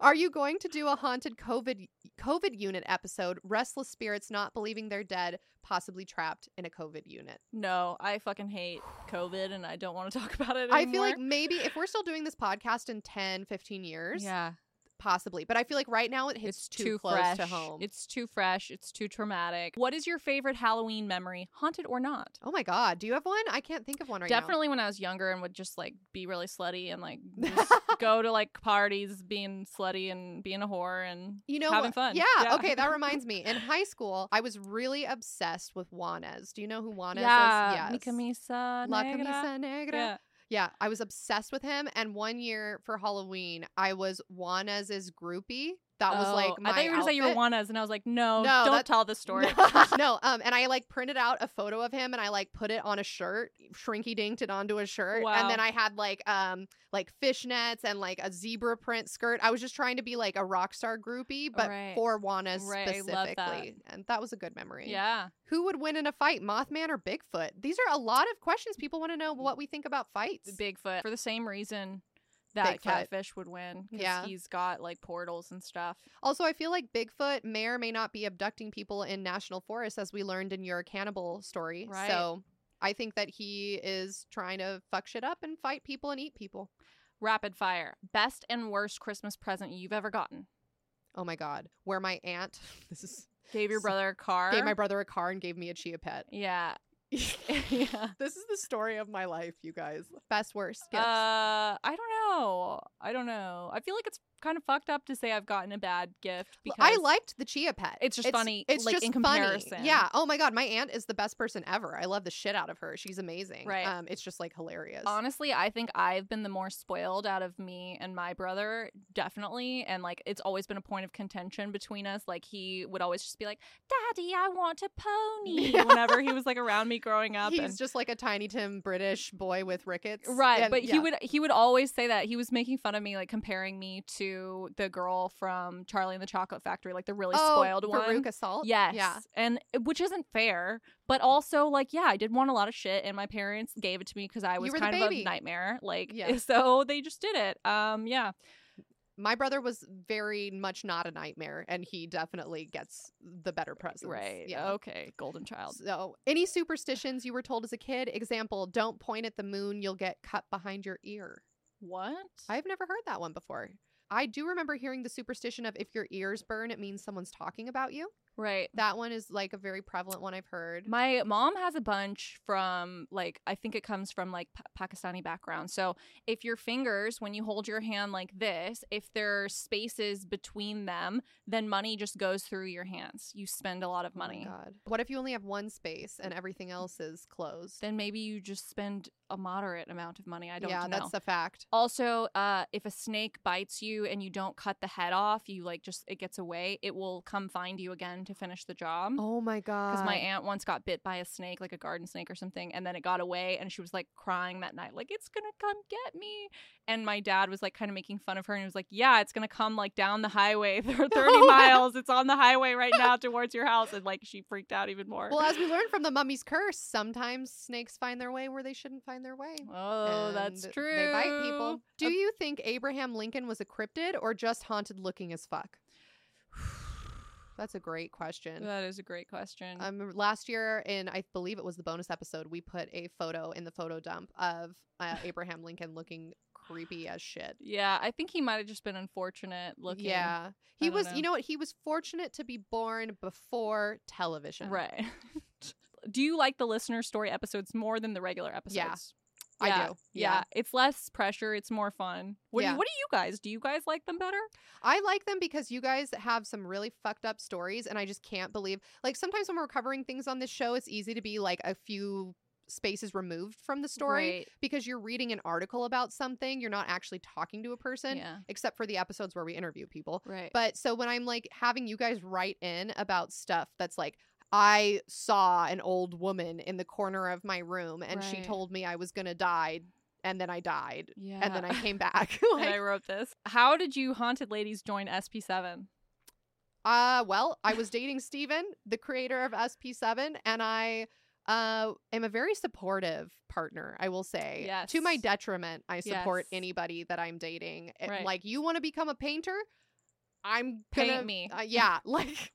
S1: Are you going to do a haunted COVID COVID unit episode? Restless spirits not believing they're dead, possibly trapped in a COVID unit.
S2: No, I fucking hate COVID and I don't want to talk about it
S1: I feel
S2: anymore.
S1: like maybe if we're still doing this podcast in 10, 15 years,
S2: Yeah.
S1: possibly. But I feel like right now it hits
S2: It's
S1: too,
S2: too,
S1: close
S2: fresh.
S1: to home.
S2: It's too fresh. It's too traumatic. What is your favorite Halloween memory, haunted or not?
S1: oh my god, do you have one? I can't think of one right now.
S2: Definitely when I was younger and would just like be really slutty and like just go to like parties being slutty and being a whore and
S1: You know,
S2: having
S1: what-
S2: fun.
S1: Yeah, Okay, that reminds me. In high school, I was really obsessed with Juanes. Do you know who Juanes is?
S2: yeah,
S1: Yes.
S2: mi camisa
S1: La
S2: negra.
S1: camisa negra.
S2: Yeah.
S1: Yeah, I was obsessed with him. And one year for Halloween, I was Juanes's groupie. That was
S2: Oh,
S1: like my
S2: I thought you were gonna say you were
S1: outfit.
S2: Juanas, and I was like, no,
S1: No,
S2: don't
S1: that-
S2: tell the story.
S1: no, um, and I like printed out a photo of him and I like put it on a shirt, shrinky dinked it onto a shirt.
S2: Wow.
S1: And then I had like um like fishnets and like a zebra print skirt. I was just trying to be like a rock star groupie, but
S2: Right.
S1: for Juana
S2: Right, I
S1: specifically.
S2: love that.
S1: And that was a good memory.
S2: yeah.
S1: Who would win in a fight, Mothman or Bigfoot? These are a lot of questions. People want to know what we think about fights.
S2: Bigfoot for the same reason that
S1: Bigfoot.
S2: catfish would win because
S1: Yeah.
S2: he's got like portals and stuff.
S1: Also, I feel like Bigfoot may or may not be abducting people in national forests, as we learned in your cannibal story.
S2: Right.
S1: So I think that he is trying to fuck shit up and fight people and eat people.
S2: Rapid fire. Best and worst Christmas present you've ever gotten.
S1: Oh my God. Where my aunt this is,
S2: Gave your
S1: So-
S2: brother a car.
S1: gave my brother a car and gave me a chia pet.
S2: yeah. yeah.
S1: This is the story of my life, you guys. Best, worst. Gifts.
S2: Uh, I don't know. I don't know. I feel like it's kind of fucked up to say I've gotten a bad gift
S1: L-
S2: because
S1: I liked the chia pet.
S2: It's just funny, like, in
S1: funny.
S2: comparison.
S1: Yeah. Oh my god, my aunt is the best person ever. I love the shit out of her. She's amazing.
S2: Right.
S1: Um, it's just like hilarious.
S2: Honestly, I think I've been the more spoiled out of me and my brother, definitely. And like, it's always been a point of contention between us. Like, he would always just be like, Daddy, I want a pony.
S1: Yeah.
S2: Whenever he was like around me growing up.
S1: He's
S2: and-
S1: just like a Tiny Tim British boy with rickets.
S2: Right,
S1: And-
S2: but
S1: yeah.
S2: he would he would always say that he was making fun of me, like comparing me to the girl from Charlie and the Chocolate Factory, like the really
S1: oh,
S2: spoiled one.
S1: Veruca Salt.
S2: Yes.
S1: Yeah.
S2: And eh, which isn't fair, but also like, yeah, I did want a lot of shit and my parents gave it to me because I was
S1: were the
S2: kind of a
S1: baby.
S2: nightmare. Like
S1: Yeah.
S2: so they just did it. Um yeah.
S1: My brother was very much not a nightmare, and he definitely gets the better presents.
S2: Right. Oh,
S1: Yeah.
S2: Okay. Golden child.
S1: So, any superstitions you were told as a kid? Example: Don't point at the moon; you'll get cut behind your ear.
S2: What?
S1: I've never heard that one before. I do remember hearing the superstition of if your ears burn, it means someone's talking about you.
S2: right.
S1: That one is like a very prevalent one I've heard.
S2: My mom has a bunch from like I think it comes from like pa- Pakistani background. So if your fingers when you hold your hand like this, if there are spaces between them, then money just goes through your hands. You spend a lot of
S1: Oh my
S2: money.
S1: God. What if you only have one space and everything else is closed?
S2: then maybe you just spend a moderate amount of money. I don't
S1: yeah,
S2: know.
S1: that's a fact.
S2: also, uh, if a snake bites you and you don't cut the head off, you like just it gets away. It will come find you again to finish the job.
S1: Oh my god.
S2: Because my aunt once got bit by a snake, like a garden snake or something, and then it got away, and she was like crying that night, like it's gonna come get me. And my dad was like kind of making fun of her, and he was like, "Yeah, it's gonna come like down the highway, thir- thirty
S1: No way.
S2: miles. It's on the highway right now towards your house." And like she freaked out even more.
S1: Well, as we learned from the mummy's curse, sometimes snakes find their way where they shouldn't find their way.
S2: oh, that's
S1: and
S2: true.
S1: They bite people. Do
S2: Uh,
S1: you think Abraham Lincoln was a cryptid or just haunted looking as fuck? That's a great question.
S2: That is a great question.
S1: Um, last year, in I believe it was the bonus episode, we put a photo in the photo dump of uh, Abraham Lincoln looking creepy as shit.
S2: yeah, I think he might have just been unfortunate looking.
S1: Yeah,
S2: I
S1: he
S2: don't
S1: was.
S2: know.
S1: You know what? He was fortunate to be born before television.
S2: right. Do you like the listener story episodes more than the regular episodes?
S1: I
S2: yeah,
S1: do.
S2: Yeah.
S1: Yeah.
S2: it's less pressure. It's more fun. What, do
S1: Yeah.
S2: you, what do you guys? Do you guys like them better?
S1: I like them because you guys have some really fucked up stories, and I just can't believe. Like sometimes when we're covering things on this show, it's easy to be like a few spaces removed from the story because you're reading an article about something. You're not actually talking to a person,
S2: Yeah.
S1: except for the episodes where we interview people.
S2: Right.
S1: But so when I'm like having you guys write in about stuff that's like, I saw an old woman in the corner of my room and she
S2: Right.
S1: told me I was going to die and then I died
S2: yeah.
S1: and then I came back.
S2: And I
S1: like,
S2: wrote this. How did you haunted ladies join SP7?
S1: uh, well, I was dating Steven, the creator of SP7, and I uh, am a very supportive partner, I will say. To my
S2: Yes.
S1: detriment, I support
S2: Yes.
S1: anybody that I'm dating. It-
S2: Right.
S1: Like, you want to become a painter? I'm
S2: Paint
S1: gonna-
S2: me.
S1: uh, yeah, like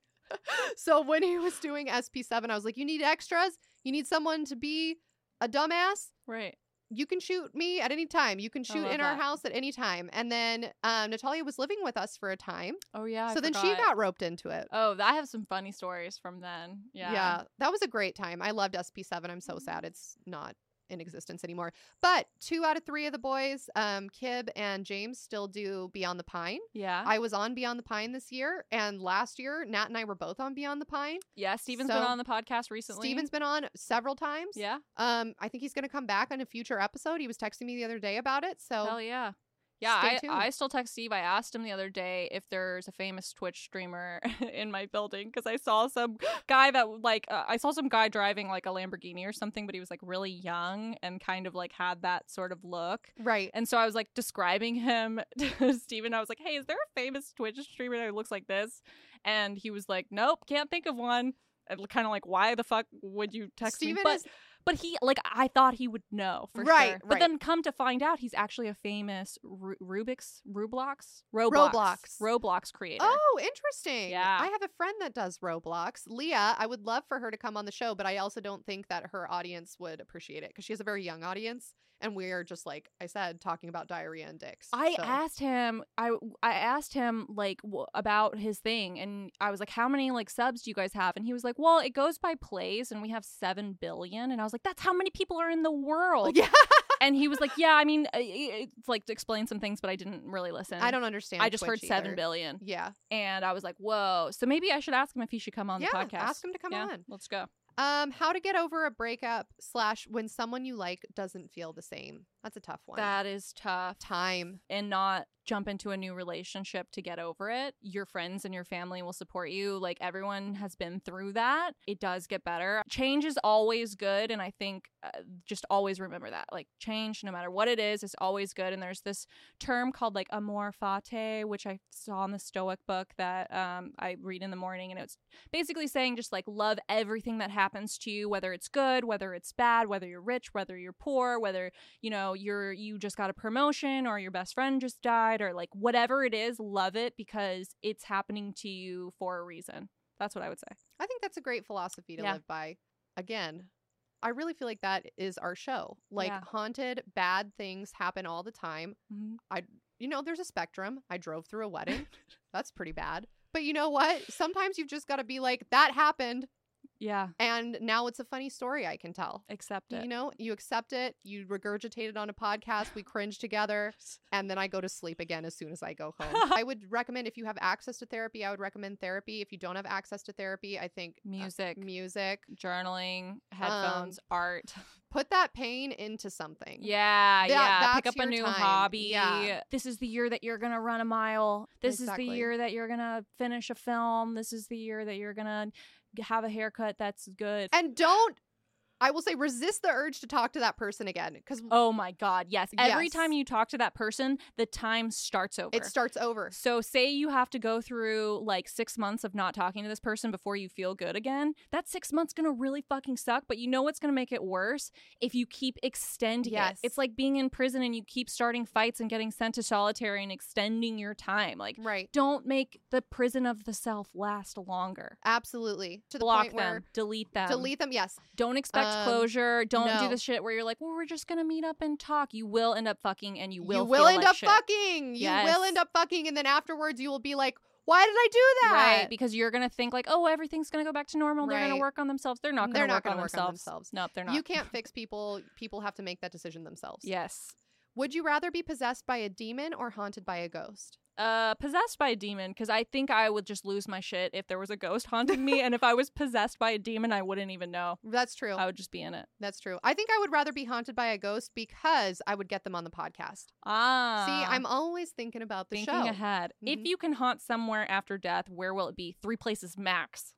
S1: so when he was doing SP7, I was like, you need extras. You need someone to be a dumbass.
S2: Right.
S1: you can shoot me at any time. You can shoot
S2: love
S1: in our
S2: that.
S1: house at any time. And then um, Natalia was living with us for a time.
S2: Oh yeah. I
S1: so then she
S2: forgot.
S1: got roped into it.
S2: Oh, I have some funny stories from then. Yeah. Mm-hmm.
S1: That was a great time. I loved SP7. I'm so sad it's not in existence anymore. But two out of three of the boys, um, Kib and James, still do Beyond the Pine.
S2: Yeah.
S1: I was on Beyond the Pine this year. And last year, Nat and I were both on Beyond the Pine.
S2: yeah. Steven's
S1: so-
S2: been on the podcast recently.
S1: Steven's been on several times.
S2: Yeah.
S1: Um, I think he's going to come back on a future episode. He was texting me the other day about it. So
S2: Hell yeah. Yeah,
S1: stay
S2: I,
S1: tuned.
S2: I still text Steve. I asked him the other day if there's a famous Twitch streamer in my building because I saw some guy that like uh, I saw some guy driving like a Lamborghini or something, but he was like really young and kind of like had that sort of look.
S1: right.
S2: And so I was like describing him to Steven. I was like, hey, is there a famous Twitch streamer that looks like this? And he was like, nope, can't think of one. And kind of like, why the fuck would you text me?
S1: Steven
S2: But,
S1: is
S2: but he, like, I thought he would know for
S1: Right,
S2: sure. But
S1: right.
S2: then come to find out, he's actually a famous Ru- Rubik's, Rublox? Roblox.
S1: Roblox.
S2: Roblox creator.
S1: Oh, interesting.
S2: Yeah.
S1: I have a friend that does Roblox. Leah, I would love for her to come on the show, but I also don't think that her audience would appreciate it because she has a very young audience. And we're just like I said, talking about diarrhea and dicks.
S2: I
S1: So-
S2: asked him. I I asked him like w- about his thing, and I was like, "How many like subs do you guys have?" And he was like, "Well, it goes by plays, and we have seven billion. And I was like, "That's how many people are in the world."
S1: Yeah.
S2: and he was like, "Yeah, I mean, uh, it- it's like to explain some things, but I didn't really listen.
S1: I don't understand.
S2: I just heard
S1: Twitch
S2: seven
S1: either.
S2: billion,
S1: Yeah.
S2: and I was like, "Whoa!" So maybe I should ask him if he should come on
S1: yeah.
S2: the podcast.
S1: Ask him to come
S2: Yeah,
S1: on.
S2: Let's go.
S1: Um, how to get over a breakup slash when someone you like doesn't feel the same. That's a tough one.
S2: That is tough.
S1: Time.
S2: and not jump into a new relationship to get over it. Your friends and your family will support you. Like everyone has been through that. It does get better. Change is always good. And I think uh, just always remember that. Like change, no matter what it is, is always good. And there's this term called like amor fati, which I saw in the Stoic book that um, I read in the morning. And it's basically saying just like love everything that happens to you, whether it's good, whether it's bad, whether you're rich, whether you're poor, whether you know you're you just got a promotion or your best friend just died or like whatever it is love it because it's happening to you for a reason that's what i would say
S1: I think that's a great philosophy to
S2: Yeah.
S1: live by. Again, I really feel like that is our show. Like
S2: Yeah.
S1: haunted, bad things happen all the time. You know, there's a spectrum. I drove through a wedding. That's pretty bad. But you know what? Sometimes you've just got to be like, that happened.
S2: yeah
S1: And now it's a funny story I can tell.
S2: accept it
S1: You know, uh, you accept it, you regurgitate it on a podcast, we cringe together, and then I go to sleep again as soon as I go home. I would recommend if you have access to therapy, I would recommend therapy. If you don't have access to therapy, I think uh,
S2: music
S1: music, Um,
S2: journaling headphones art
S1: put that pain into something.
S2: yeah
S1: That-
S2: yeah pick
S1: that's
S2: up a
S1: your
S2: new
S1: time.
S2: hobby
S1: Yeah.
S2: this is the year that you're gonna run a mile this is
S1: Exactly.
S2: the year that you're gonna finish a film this is the year that you're gonna have a haircut that's good
S1: And don't, I will say, resist the urge to talk to that person again because
S2: Oh my God. Yes. Every
S1: Yes.
S2: time you talk to that person, the time starts over.
S1: it starts over.
S2: so, say you have to go through like six months of not talking to this person before you feel good again. That six months gonna really fucking suck, but you know what's gonna make it worse if you keep extending
S1: Yes.
S2: it. It's like being in prison and you keep starting fights and getting sent to solitary and extending your time. Like,
S1: Right.
S2: don't make the prison of the self last longer.
S1: Absolutely. To the
S2: Block
S1: point
S2: them, delete them,
S1: where delete them. Yes.
S2: don't expect
S1: Um,
S2: closure. Don't
S1: no.
S2: do the shit where you're like, well, we're just gonna meet up and talk. You will end up fucking, and you will.
S1: you will
S2: feel
S1: end
S2: like
S1: up
S2: shit.
S1: fucking. You will
S2: Yes.
S1: end up fucking. And then afterwards, you will be like, why did I do that?
S2: Right, because you're gonna think like, oh, everything's gonna go back to normal. They're
S1: Right.
S2: gonna work on themselves. They're not gonna
S1: They're
S2: work,
S1: not
S2: on,
S1: gonna work on
S2: themselves.
S1: themselves.
S2: No, they're not.
S1: You can't fix people. People have to make that decision themselves.
S2: Yes.
S1: Would you rather be possessed by a demon or haunted by a ghost?
S2: Uh, possessed by a demon, because I think I would just lose my shit if there was a ghost haunting me, and if I was possessed by a demon, I wouldn't even know.
S1: That's true.
S2: I would just be in it.
S1: That's true. I think I would rather be haunted by a ghost because I would get them on the podcast.
S2: Ah.
S1: See, I'm always thinking about the
S2: thinking
S1: show.
S2: ahead. If
S1: Mhm.
S2: you can haunt somewhere after death, where will it be? Three places max.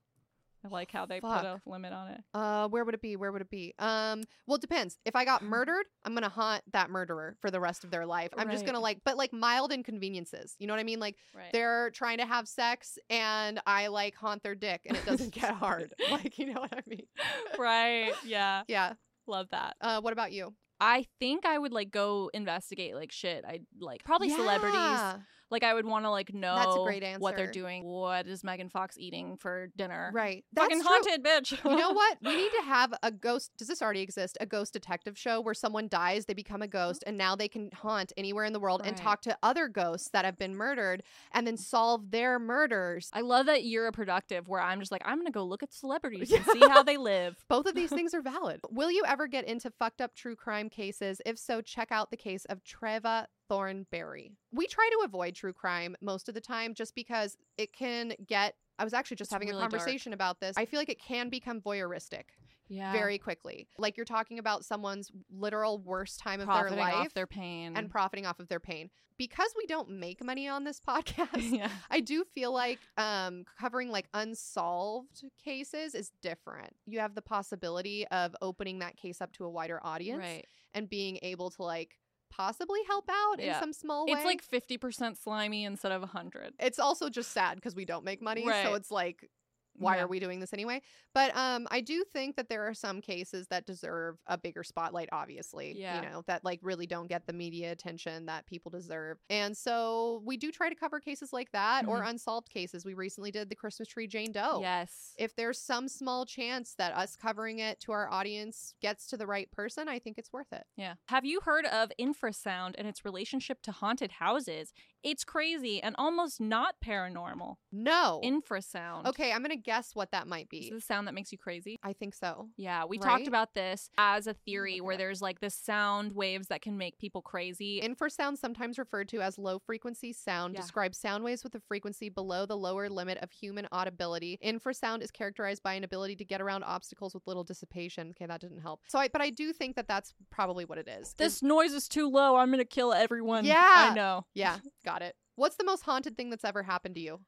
S2: I like how they
S1: Fuck.
S2: put a limit on it.
S1: Uh, where would it be? Where would it be? Um, well, it depends. If I got murdered, I'm gonna haunt that murderer for the rest of their life. I'm just
S2: Right.
S1: gonna like, but like mild inconveniences. You know what I mean? Like
S2: Right.
S1: they're trying to have sex, and I like haunt their dick, and it doesn't get hard. Like you know what I mean?
S2: right. Yeah.
S1: Yeah.
S2: Love that.
S1: Uh, what about you?
S2: I think I would like go investigate like shit. I like probably celebrities.
S1: Yeah.
S2: Like I would want to like know
S1: a great
S2: what they're
S1: answer.
S2: doing. What is Megan Fox eating for dinner?
S1: Right. That's
S2: Fucking
S1: true.
S2: haunted, bitch.
S1: You know what? We need to have a ghost. Does this already exist? A ghost detective show where someone dies, they become a ghost, and now they can haunt anywhere in the world and
S2: Mm-hmm. Right.
S1: talk to other ghosts that have been murdered and then solve their murders.
S2: I love that you're a productive where I'm just like, I'm gonna go look at celebrities and see how they live.
S1: Both of these things are valid. Will you ever get into fucked up true crime cases? If so, check out the case of Treva Thornberry. We try to avoid true crime most of the time just because it can get. I was actually just
S2: It's
S1: having
S2: really
S1: a
S2: dark.
S1: conversation about this. I feel like it can become voyeuristic.
S2: Yeah.
S1: very quickly. Like you're talking about someone's literal worst time of their
S2: profiting
S1: life
S2: off their pain.
S1: and profiting off of their pain. Because we don't make money on this podcast,
S2: yeah.
S1: I do feel like um, covering like unsolved cases is different. You have the possibility of opening that case up to a wider audience
S2: Right.
S1: and being able to like possibly help out in
S2: Yeah.
S1: some small way.
S2: It's like fifty percent slimy instead of hundred.
S1: it's also just sad because we don't make money, so
S2: Right.
S1: it's like why
S2: Yeah.
S1: are we doing this anyway? But um, I do think that there are some cases that deserve a bigger spotlight, obviously.
S2: Yeah.
S1: You know, that like really don't get the media attention that people deserve. And so we do try to cover cases like that or unsolved cases. We recently did the Christmas tree Jane Doe.
S2: Mm-hmm. Yes.
S1: If there's some small chance that us covering it to our audience gets to the right person, I think it's worth it.
S2: Yeah. Have you heard of infrasound and its relationship to haunted houses? It's crazy and almost not paranormal.
S1: No.
S2: Infrasound.
S1: okay, I'm gonna guess what that might be.
S2: Is the sound that makes you crazy?
S1: I think so.
S2: Yeah, we
S1: Right?
S2: talked about this as a theory
S1: look it
S2: where
S1: up.
S2: there's like the sound waves that can make people crazy.
S1: Infrasound, sometimes referred to as low frequency sound,
S2: Yeah.
S1: describes sound waves with a frequency below the lower limit of human audibility. Infrasound is characterized by an ability to get around obstacles with little dissipation. Okay, that didn't help. So, I, but I do think that that's probably what it is.
S2: this noise is too low. I'm going to kill everyone.
S1: Yeah.
S2: I know.
S1: yeah, got it. What's the most haunted thing that's ever happened to you?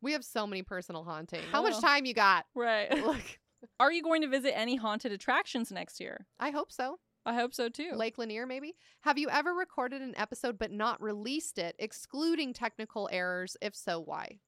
S1: we have so many personal haunting. How much
S2: Oh.
S1: time you got?
S2: Right.
S1: Look,
S2: Are you going to visit any haunted attractions next year?
S1: I hope so.
S2: I hope so too.
S1: Lake Lanier, maybe. Have you ever recorded an episode but not released it, excluding technical errors? If so, why?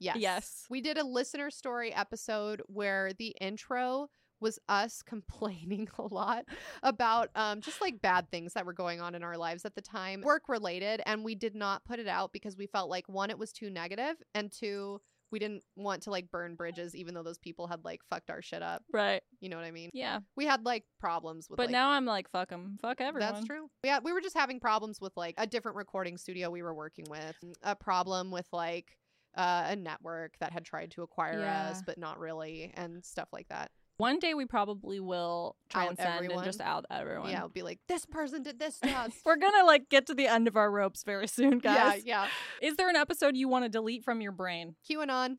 S1: Yes.
S2: Yes.
S1: We did a listener story episode where the intro was us complaining a lot about um, just like bad things that were going on in our lives at the time, work related. And we did not put it out because we felt like one, it was too negative, and two, we didn't want to like burn bridges, even though those people had like fucked our shit up.
S2: Right.
S1: You know what I mean?
S2: Yeah.
S1: We had like problems with
S2: But
S1: like,
S2: now I'm like, fuck them. Fuck everyone.
S1: that's true. Yeah, we were just having problems with like a different recording studio we were working with, mm, a problem with like uh, a network that had tried to acquire us,
S2: Yeah.
S1: but not really, and stuff like that.
S2: One day we probably will
S1: Out
S2: transcend and just
S1: everyone.
S2: out everyone.
S1: Yeah, it would be like, this person did this to us.
S2: We're gonna like get to the end of our ropes very soon, guys.
S1: Yeah, yeah.
S2: Is there an episode you want to delete from your brain?
S1: QAnon,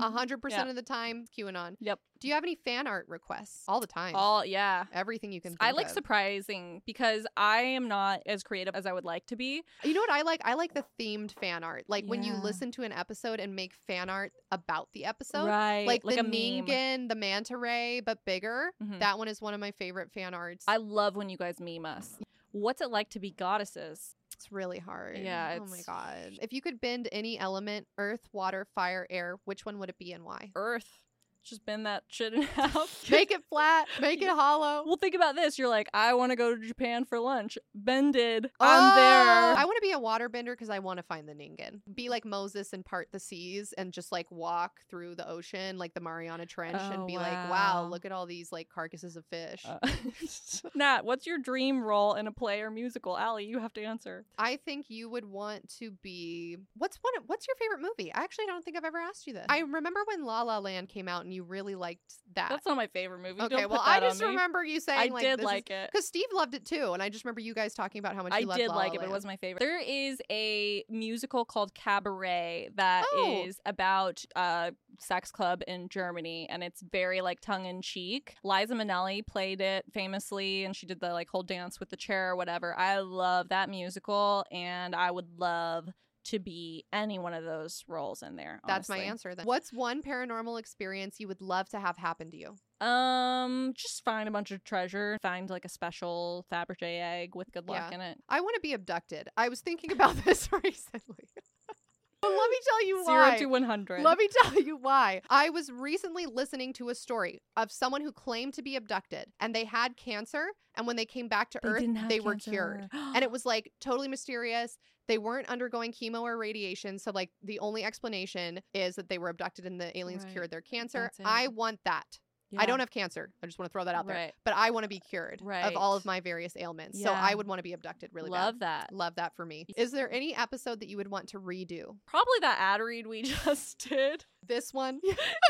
S1: 100%
S2: Mm-hmm. yeah.
S1: of the time, QAnon.
S2: Yep.
S1: Do you have any fan art requests? All the time.
S2: All yeah.
S1: Everything you can
S2: I
S1: think
S2: like
S1: of.
S2: surprising because I am not as creative as I would like to be.
S1: You know what I like? I like the themed fan art. Like when you
S2: Yeah.
S1: listen to an episode and make fan art about the episode.
S2: right.
S1: Like, the
S2: a meme.
S1: Ningen, the manta ray, but bigger.
S2: Mhm.
S1: That one is one of my favorite fan arts.
S2: I love when you guys meme us. What's it like to be goddesses?
S1: it's really hard.
S2: Yeah,
S1: oh my
S2: it's-
S1: god. If you could bend any element, earth, water, fire, air, which one would it be and why?
S2: Earth. Just bend that shit in half.
S1: Make it flat. Make it
S2: Yeah.
S1: hollow.
S2: Well, think about this. You're like, I want to go to Japan for lunch. Bended.
S1: Oh,
S2: I'm there.
S1: I want to be a waterbender because I want to find the Ningen. Be like Moses and part the seas and just like walk through the ocean like the Mariana Trench
S2: Oh,
S1: and be like, wow,
S2: wow.
S1: look at all these like carcasses of fish.
S2: Uh, Nat, what's your dream role in a play or musical? Allie, you have to answer.
S1: I think you would want to be what's one of- what's your favorite movie? I actually don't think I've ever asked you this. I remember when La La Land came out and you really liked that.
S2: That's not my favorite movie.
S1: okay,
S2: Don't
S1: well
S2: put
S1: I
S2: that on
S1: just
S2: me.
S1: remember you saying
S2: I
S1: like
S2: did
S1: this
S2: like it.
S1: because Steve loved it too, and I just remember you guys talking about how much
S2: I
S1: you loved
S2: did
S1: La La
S2: like it, but it
S1: Land.
S2: was my favorite. There is a musical called Cabaret that is
S1: Oh.
S2: about a sex club in Germany, and it's very like tongue in cheek. Liza Minnelli played it famously, and she did the like whole dance with the chair or whatever. I love that musical, and I would love to be any one of those roles in there.
S1: That's my
S2: honestly.
S1: answer then. What's one paranormal experience you would love to have happen to you?
S2: Um, just find a bunch of treasure. Find like a special Fabergé egg with good luck
S1: Yeah.
S2: in it.
S1: I want to be abducted. I was thinking about this recently. but let me tell you why.
S2: Zero to one hundred.
S1: Let me tell you why. I was recently listening to a story of someone who claimed to be abducted and they had cancer. And when they came back to Earth, they were cured. And it was like totally mysterious. They weren't undergoing chemo or radiation. So, like, the only explanation is that they were abducted and the aliens
S2: Right.
S1: cured their cancer.
S2: That's it.
S1: I want that. I don't have cancer. I just want to throw that out there.
S2: Right.
S1: But I want to be cured of all
S2: Right.
S1: of my various ailments. So,
S2: Yeah.
S1: I would want to be abducted really bad.
S2: Love that.
S1: Love that for me. Is there any episode that you would want to redo?
S2: Probably that ad read we just did.
S1: This one?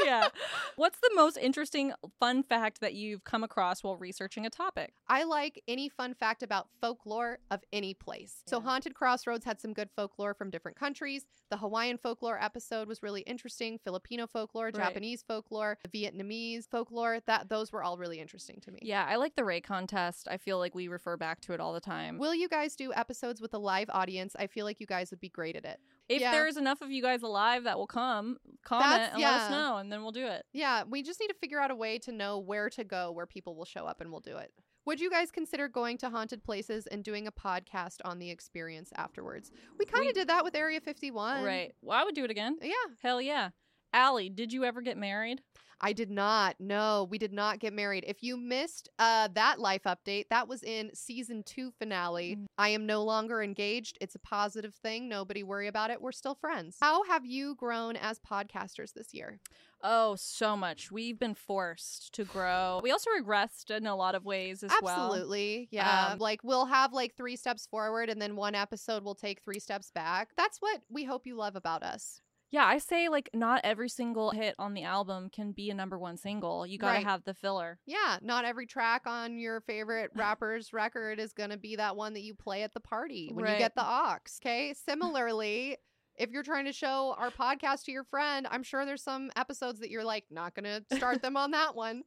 S2: yeah. What's the most interesting fun fact that you've come across while researching a topic?
S1: I like any fun fact about folklore of any place. So,
S2: Yeah.
S1: Haunted Crossroads had some good folklore from different countries. The Hawaiian folklore episode was really interesting. Filipino folklore,
S2: Right.
S1: Japanese folklore, Vietnamese folklore. That those were all really interesting to me.
S2: Yeah, I like the Ray contest. I feel like we refer back to it all the time.
S1: Will you guys do episodes with a live audience? I feel like you guys would be great at it.
S2: If
S1: yeah.
S2: there's enough of you guys alive that will come, comment
S1: That's-
S2: and let us
S1: yeah.
S2: know, and then we'll do it.
S1: Yeah, we just need to figure out a way to know where to go where people will show up and we'll do it. Would you guys consider going to haunted places and doing a podcast on the experience afterwards? We kind
S2: We-
S1: of did that with Area 51.
S2: right. Well, I would do it again.
S1: Yeah.
S2: Hell yeah. Allie, did you ever get married?
S1: I did not. No, we did not get married. If you missed uh, that life update, that was in season two finale.
S2: Mm.
S1: I am no longer engaged. It's a positive thing. Nobody worry about it. We're still friends. How have you grown as podcasters this year?
S2: Oh, so much. We've been forced to grow. We also regressed in a lot of ways as well.
S1: Absolutely. Yeah.
S2: Um,
S1: like we'll have like three steps forward and then one episode will take three steps back. That's what we hope you love about us.
S2: Yeah, I say like not every single hit on the album can be a number one single. You gotta
S1: Right.
S2: have the filler.
S1: Yeah. Not every track on your favorite rapper's record is going to be that one that you play at the party when
S2: Right.
S1: you get the ox. Okay. Similarly, if you're trying to show our podcast to your friend, I'm sure there's some episodes that you're like, not going to start them on that one.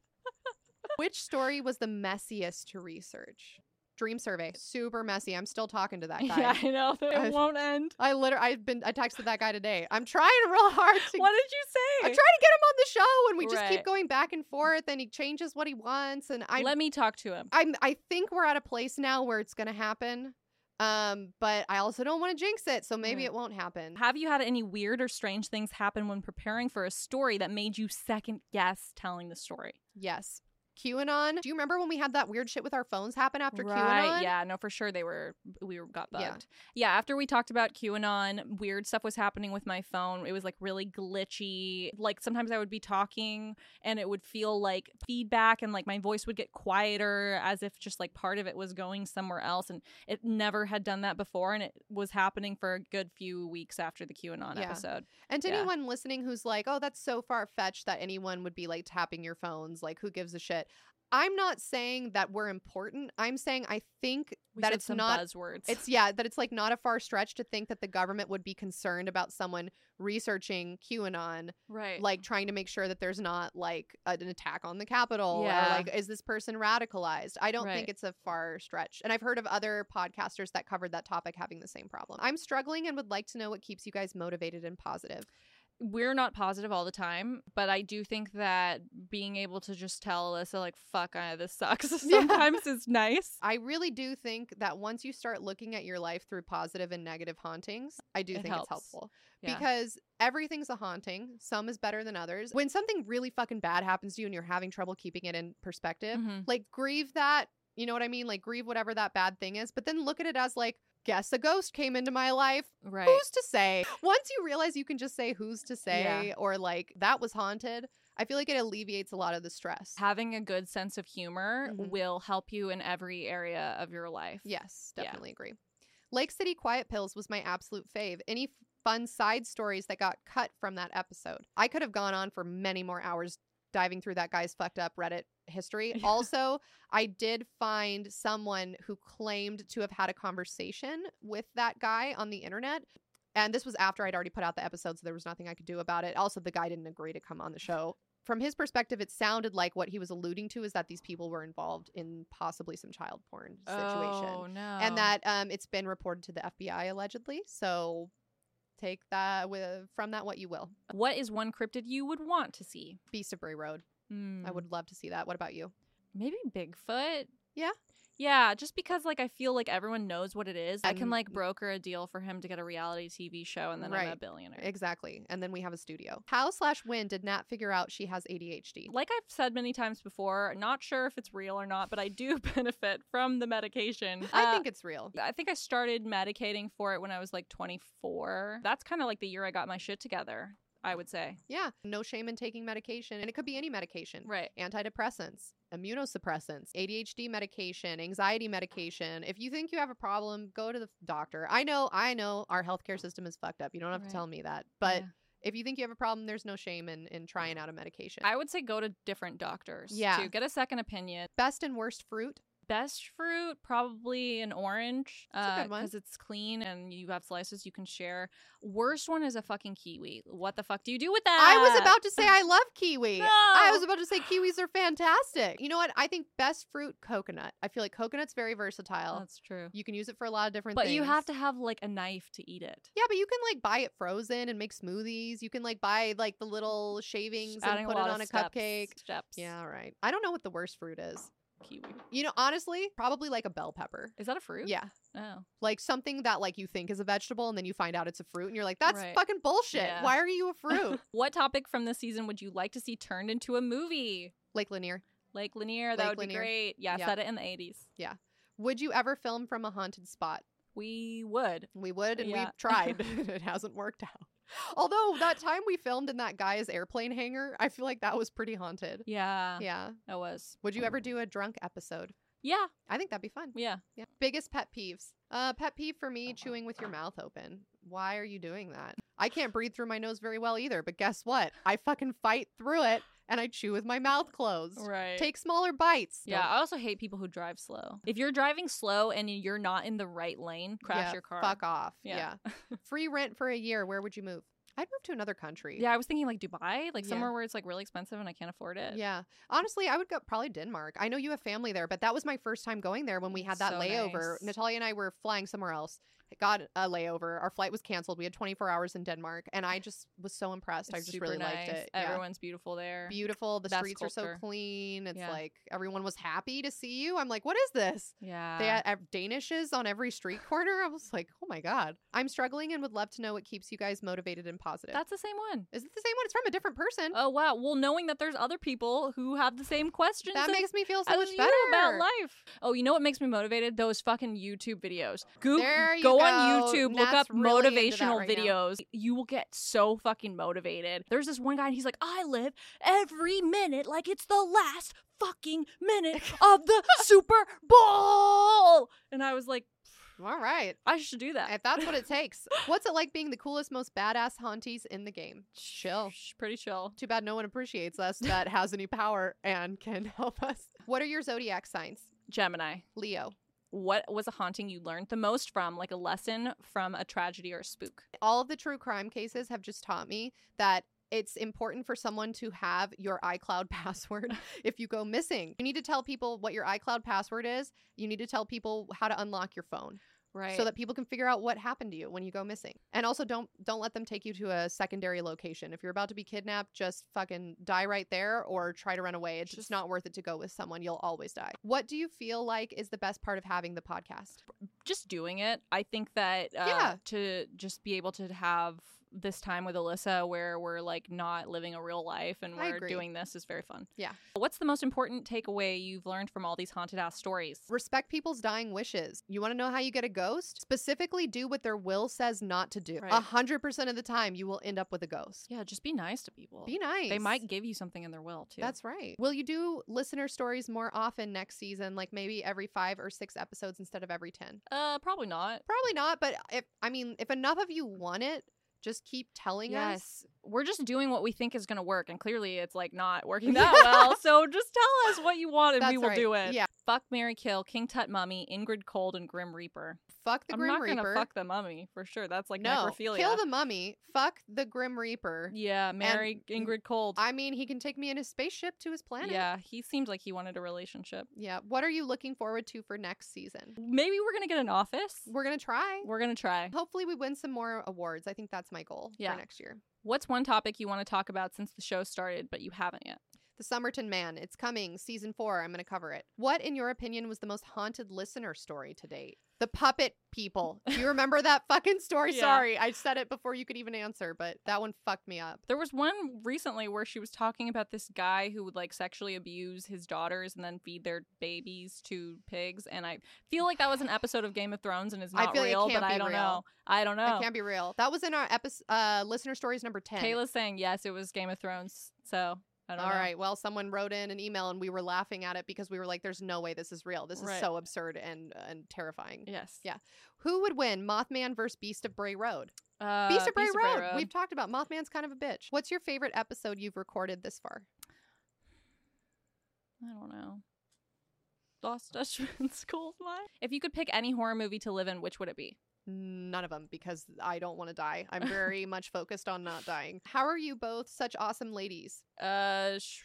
S1: Which story was the messiest to research? Dream survey. Super messy. I'm still talking to that guy.
S2: Yeah, I know that it
S1: I've-
S2: won't end.
S1: I literally, I've been, I texted that guy today. I'm trying real hard to.
S2: What did you say?
S1: I'm trying to get him on the show, and we just
S2: Right.
S1: keep going back and forth, and he changes what he wants, and I'm,
S2: Let me talk to him.
S1: I'm, I think we're at a place now where it's gonna happen, um, but I also don't want to jinx it, so maybe
S2: Right.
S1: it won't happen.
S2: Have you had any weird or strange things happen when preparing for a story that made you second guess telling the story?
S1: Yes, QAnon. Do you remember when we had that weird shit with our phones happen after
S2: right,
S1: QAnon?
S2: Yeah, no, for sure they were we were got bugged.
S1: Yeah.
S2: Yeah. after we talked about QAnon, weird stuff was happening with my phone. It was like really glitchy. Like sometimes I would be talking and it would feel like feedback and like my voice would get quieter as if just like part of it was going somewhere else and it never had done that before and it was happening for a good few weeks after the QAnon
S1: Yeah.
S2: episode.
S1: And to
S2: Yeah.
S1: anyone listening who's like, oh, that's so far fetched that anyone would be like tapping your phones, like, who gives a shit? I'm not saying that we're important. I'm saying I think
S2: We
S1: that
S2: said
S1: it's
S2: some
S1: not.
S2: buzzwords.
S1: It's yeah, that it's like not a far stretch to think that the government would be concerned about someone researching QAnon,
S2: right.
S1: like trying to make sure that there's not like a- an attack on the Capitol
S2: Yeah.
S1: or like is this person radicalized? I don't
S2: Right.
S1: think it's a far stretch. And I've heard of other podcasters that covered that topic having the same problem. I'm struggling and would like to know what keeps you guys motivated and positive.
S2: we're not positive all the time, but I do think that being able to just tell Alyssa, like, fuck, I, this sucks, sometimes is nice.
S1: I really do think that once you start looking at your life through positive and negative hauntings, I do
S2: It
S1: think
S2: helps.
S1: it's helpful.
S2: Yeah.
S1: because everything's a haunting. Some is better than others. When something really fucking bad happens to you and you're having trouble keeping it in perspective,
S2: Mhm.
S1: like grieve that, you know what I mean? Like grieve whatever that bad thing is, but then look at it as like, guess a ghost came into my life.
S2: Right.
S1: Who's to say? Once you realize you can just say who's to say or like that was haunted, I feel like it alleviates a lot of the stress.
S2: Having a good sense of humor
S1: Mhm.
S2: will help you in every area of your life.
S1: Yes,
S2: Yeah.
S1: definitely agree. Lake City Quiet Pills was my absolute fave. Any f- fun side stories that got cut from that episode? I could have gone on for many more hours diving through that guy's fucked up Reddit history.
S2: Yeah.
S1: Also, I did find someone who claimed to have had a conversation with that guy on the internet. And this was after I'd already put out the episode, so there was nothing I could do about it. Also, the guy didn't agree to come on the show. From his perspective, it sounded like what he was alluding to is that these people were involved in possibly some child porn situation
S2: Oh, no.
S1: and that um, it's been reported to the FBI allegedly. So take that with from that what you will.
S2: What is one cryptid you would want to see?
S1: Beast of Bray Road, I
S2: Hmm,
S1: would love to see that. What about you?
S2: Maybe Bigfoot.
S1: Yeah?
S2: Yeah, just because like I feel like everyone knows what it is. I can
S1: And-
S2: like broker a deal for him to get a reality TV show and then I'm a
S1: Right.
S2: billionaire.
S1: Exactly. And then we have a studio. How slash when did Nat figure out she has ADHD?
S2: like I've said many times before, not sure if it's real or not, but I do benefit from the medication.
S1: I
S2: Uh,
S1: think it's real.
S2: I think I started medicating for it when I was like 24. That's kind of like the year I got my shit together, I would say.
S1: Yeah. No shame in taking medication. And it could be any medication.
S2: Right.
S1: Antidepressants, immunosuppressants, ADHD medication, anxiety medication. If you think you have a problem, go to the doctor. I know, I know our healthcare system is fucked up. You don't have
S2: Right.
S1: to tell me that. But
S2: Yeah.
S1: if you think you have a problem, there's no shame in, in trying out a medication.
S2: I would say go to different doctors
S1: Yeah.
S2: to get a second opinion.
S1: Best and worst fruit.
S2: Best fruit, probably an orange
S1: That's a good one.
S2: because it's clean and you have slices you can share. Worst one is a fucking kiwi. What the fuck do you do with that?
S1: I was about to say I love kiwi. I
S2: No.
S1: was about to say kiwis are fantastic. You know what? I think best fruit coconut. I feel like coconut's very versatile.
S2: That's true.
S1: you can use it for a lot of different
S2: But
S1: things.
S2: you have to have like a knife to eat it.
S1: Yeah, but you can like buy it frozen and make smoothies. You can like buy like the little shavings and
S2: Adding
S1: put it
S2: lot of
S1: on a
S2: steps-
S1: cupcake.
S2: Steps.
S1: Yeah, all right. I don't know what the worst fruit is.
S2: Kiwi.
S1: You know, honestly, probably like a bell pepper.
S2: Is that a fruit?
S1: Yeah.
S2: Oh.
S1: Like something that like you think is a vegetable and then you find out it's a fruit and you're like, that's
S2: Right.
S1: fucking bullshit.
S2: Yeah.
S1: Why are you a fruit?
S2: What topic from this season would you like to see turned into a movie?
S1: Lake Lanier.
S2: Like Lanier, that
S1: Lake
S2: would be
S1: Lanier.
S2: great. Yeah,
S1: Yeah.
S2: set it in the 80s.
S1: Would you ever film from a haunted spot?
S2: We would.
S1: We would and
S2: Yeah.
S1: we've tried. it hasn't worked out. Although that time we filmed in that guy's airplane hangar, I feel like that was pretty haunted.
S2: Yeah,
S1: Yeah.
S2: I was.
S1: Would you ever do a drunk episode?
S2: Yeah,
S1: I think that'd be fun.
S2: yeah.
S1: Yeah. Biggest pet peeves. Uh, pet peeve for me, chewing with your mouth open. Why are you doing that? I can't breathe through my nose very well either, but guess what? I fucking fight through it and I chew with my mouth closed.
S2: Right.
S1: Take smaller bites.
S2: yeah, I also hate people who drive slow. If you're driving slow and you're not in the right lane,
S1: Don't-
S2: crash
S1: yeah,
S2: your car.
S1: Fuck off. Yeah.
S2: Yeah.
S1: Free rent for a year. Where would you move? I'd move to another country.
S2: Yeah, I was thinking like Dubai, like
S1: Yeah.
S2: somewhere where it's like really expensive and I can't afford it.
S1: Yeah. Honestly, I would go probably Denmark. I know you have family there, but that was my first time going there when we had that
S2: So
S1: layover.
S2: nice.
S1: Natalia and I were flying somewhere else, got a layover. Our flight was canceled. We had 24 hours in Denmark, and I just was so impressed.
S2: It's
S1: I just
S2: super
S1: really
S2: nice.
S1: liked it. yeah.
S2: Everyone's beautiful there.
S1: Beautiful. The
S2: Best
S1: streets are so
S2: culture.
S1: clean. It's
S2: Yeah.
S1: like everyone was happy to see you. I'm like, what is this?
S2: yeah.
S1: They had have Danishes on every street corner. I was like, oh my God. I'm struggling and would love to know what keeps you guys motivated and positive.
S2: That's the same one.
S1: is it the same one? It's from a different person.
S2: Oh wow. Well, knowing that there's other people who have the same questions
S1: that
S2: as-
S1: makes me feel so
S2: as
S1: much
S2: you
S1: better
S2: about life. Oh, you know what makes me motivated? Those fucking YouTube videos. Go,
S1: There you
S2: go, on
S1: go.
S2: YouTube, look
S1: Nat's
S2: up
S1: really into that
S2: motivational
S1: right now.
S2: videos. You will get so fucking motivated. There's this one guy and he's like, "I live every minute like it's the last fucking minute of the Super Bowl." And I was like,
S1: All right.
S2: "I should do that."
S1: If that's what it takes. What's it like being the coolest, most badass haunties in the game? Chill.
S2: Sh- Pretty chill.
S1: Too bad no one appreciates us that has any power and can help us. What are your zodiac signs?
S2: Gemini.
S1: Leo.
S2: What was a haunting you learned the most from, like a lesson from a tragedy or a spook?
S1: All of the true crime cases have just taught me that it's important for someone to have your iCloud password if you go missing. You need to tell people what your iCloud password is. You need to tell people how to unlock your phone
S2: Right.
S1: so that people can figure out what happened to you when you go missing. And also don't don't let them take you to a secondary location. If you're about to be kidnapped, just fucking die right there or try to run away. It's just
S2: Just-
S1: not worth it to go with someone. You'll always die. What do you feel like is the best part of having the podcast?
S2: just doing it. I think that uh,
S1: Yeah.
S2: to just be able to have this time with Alyssa where we're like not living a real life and
S1: I
S2: we're
S1: agree.
S2: doing this is very fun.
S1: Yeah.
S2: What's the most important takeaway you've learned from all these haunted ass stories?
S1: Respect people's dying wishes. You want to know how you get a ghost? Specifically do what their will says not to do.
S2: Right.
S1: A 100% of the time you will end up with a ghost.
S2: Yeah, just be nice to people.
S1: Be nice.
S2: They might give you something in their will too.
S1: That's right. Will you do listener stories more often next season, like maybe every 5 or 6 episodes instead of every 10?
S2: uh probably not.
S1: Probably not, but if I mean, if enough of you want it, just keep telling us.
S2: Yes. We're just doing what we think is going to work and clearly it's like not working that well. So just tell us what you want and
S1: That's
S2: we will
S1: right.
S2: do it.
S1: Yeah.
S2: Fuck Mary Kill, King Tut Mummy, Ingrid Cold and Grim Reaper.
S1: Fuck the
S2: I'm
S1: Grim
S2: not
S1: Reaper.
S2: gonna fuck the mummy for sure. That's like
S1: no,
S2: necrophilia.
S1: kill the mummy. Fuck the Grim Reaper.
S2: yeah, marry Ingrid Cold.
S1: I mean, he can take me in his spaceship to his planet.
S2: yeah, he seemed like he wanted a relationship.
S1: Yeah. What are you looking forward to for next season?
S2: Maybe we're gonna get an office.
S1: We're gonna try.
S2: We're gonna try.
S1: Hopefully, we win some more awards. I think that's my goal
S2: Yeah.
S1: for next year.
S2: What's one topic you want to talk about since the show started, but you haven't yet?
S1: The The Somerton Man. It's coming, season four. I'm going to cover it. What, in your opinion, was the most haunted listener story to date? The puppet people. Do you remember that fucking story?
S2: Yeah.
S1: Sorry, I said it before you could even answer, but that one fucked me up.
S2: There was one recently where she was talking about this guy who would like sexually abuse his daughters and then feed their babies to pigs. And I feel like that was an episode of Game of Thrones and is
S1: I
S2: not
S1: feel like it
S2: real,
S1: can't
S2: but I
S1: be
S2: don't
S1: real.
S2: know. I don't know.
S1: It can't be real. That was in our episode, uh, listener stories number 10.
S2: Kayla's saying yes, it was Game of Thrones. So I don't
S1: All
S2: know.
S1: right. Well, someone wrote in an email and we were laughing at it because we were like, there's no way this is real. This is
S2: Right.
S1: so absurd and, and terrifying.
S2: Yes.
S1: Yeah. Who would win, Mothman versus Beast of Bray Road?
S2: Uh,
S1: Beast of Bray,
S2: Beast
S1: Road. We've talked about Mothman's kind of a bitch. What's your favorite episode you've recorded this far?
S2: I don't know. Lost Dutchman's Gold Mine. If you could pick any horror movie to live in, which would it be?
S1: None of them because I don't want to die. I'm very much focused on not dying. How are you both such awesome ladies?
S2: Uh, sh-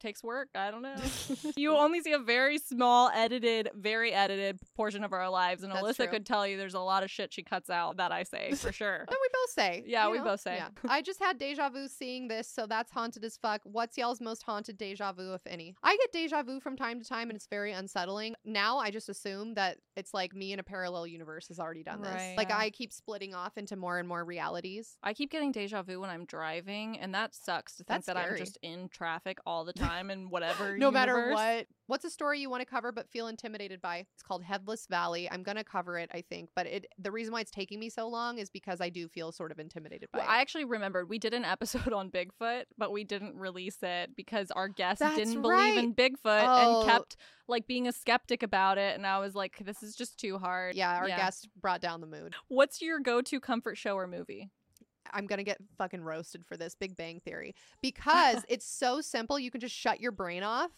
S2: takes work. I don't know. you only see a very small, edited, very edited portion of our lives, and
S1: That's
S2: Alyssa
S1: true.
S2: could tell you there's a lot of shit she cuts out that I say for sure.
S1: No, we both say.
S2: Yeah, we both say.
S1: I just had deja vu seeing this, so that's haunted as fuck. What's y'all's most haunted deja vu, if any? I get deja vu from time to time, and it's very unsettling. Now I just assume that it's like me in a parallel universe has already done this.
S2: Right,
S1: like
S2: yeah.
S1: I keep splitting off into more and more realities.
S2: I keep getting deja vu when I'm driving, and that sucks to think
S1: That's
S2: that I'm
S1: scary.
S2: just in traffic all the time and whatever.
S1: no matter
S2: universe.
S1: what. What's a story you want to cover but feel intimidated by? It's called Headless Valley. I'm gonna cover it, I think, but it the reason why it's taking me so long is because I do feel sort of intimidated by
S2: Well,
S1: it.
S2: I actually remembered we did an episode on Bigfoot, but we didn't release it because our guest
S1: That's
S2: didn't
S1: right.
S2: believe in Bigfoot
S1: Oh.
S2: and kept like being a skeptic about it. And I was like, this is just too hard.
S1: yeah, our guest brought down the mood.
S2: What's your go to comfort show or movie?
S1: I'm gonna get fucking roasted for this Big Bang Theory because it's so simple. You can just shut your brain off,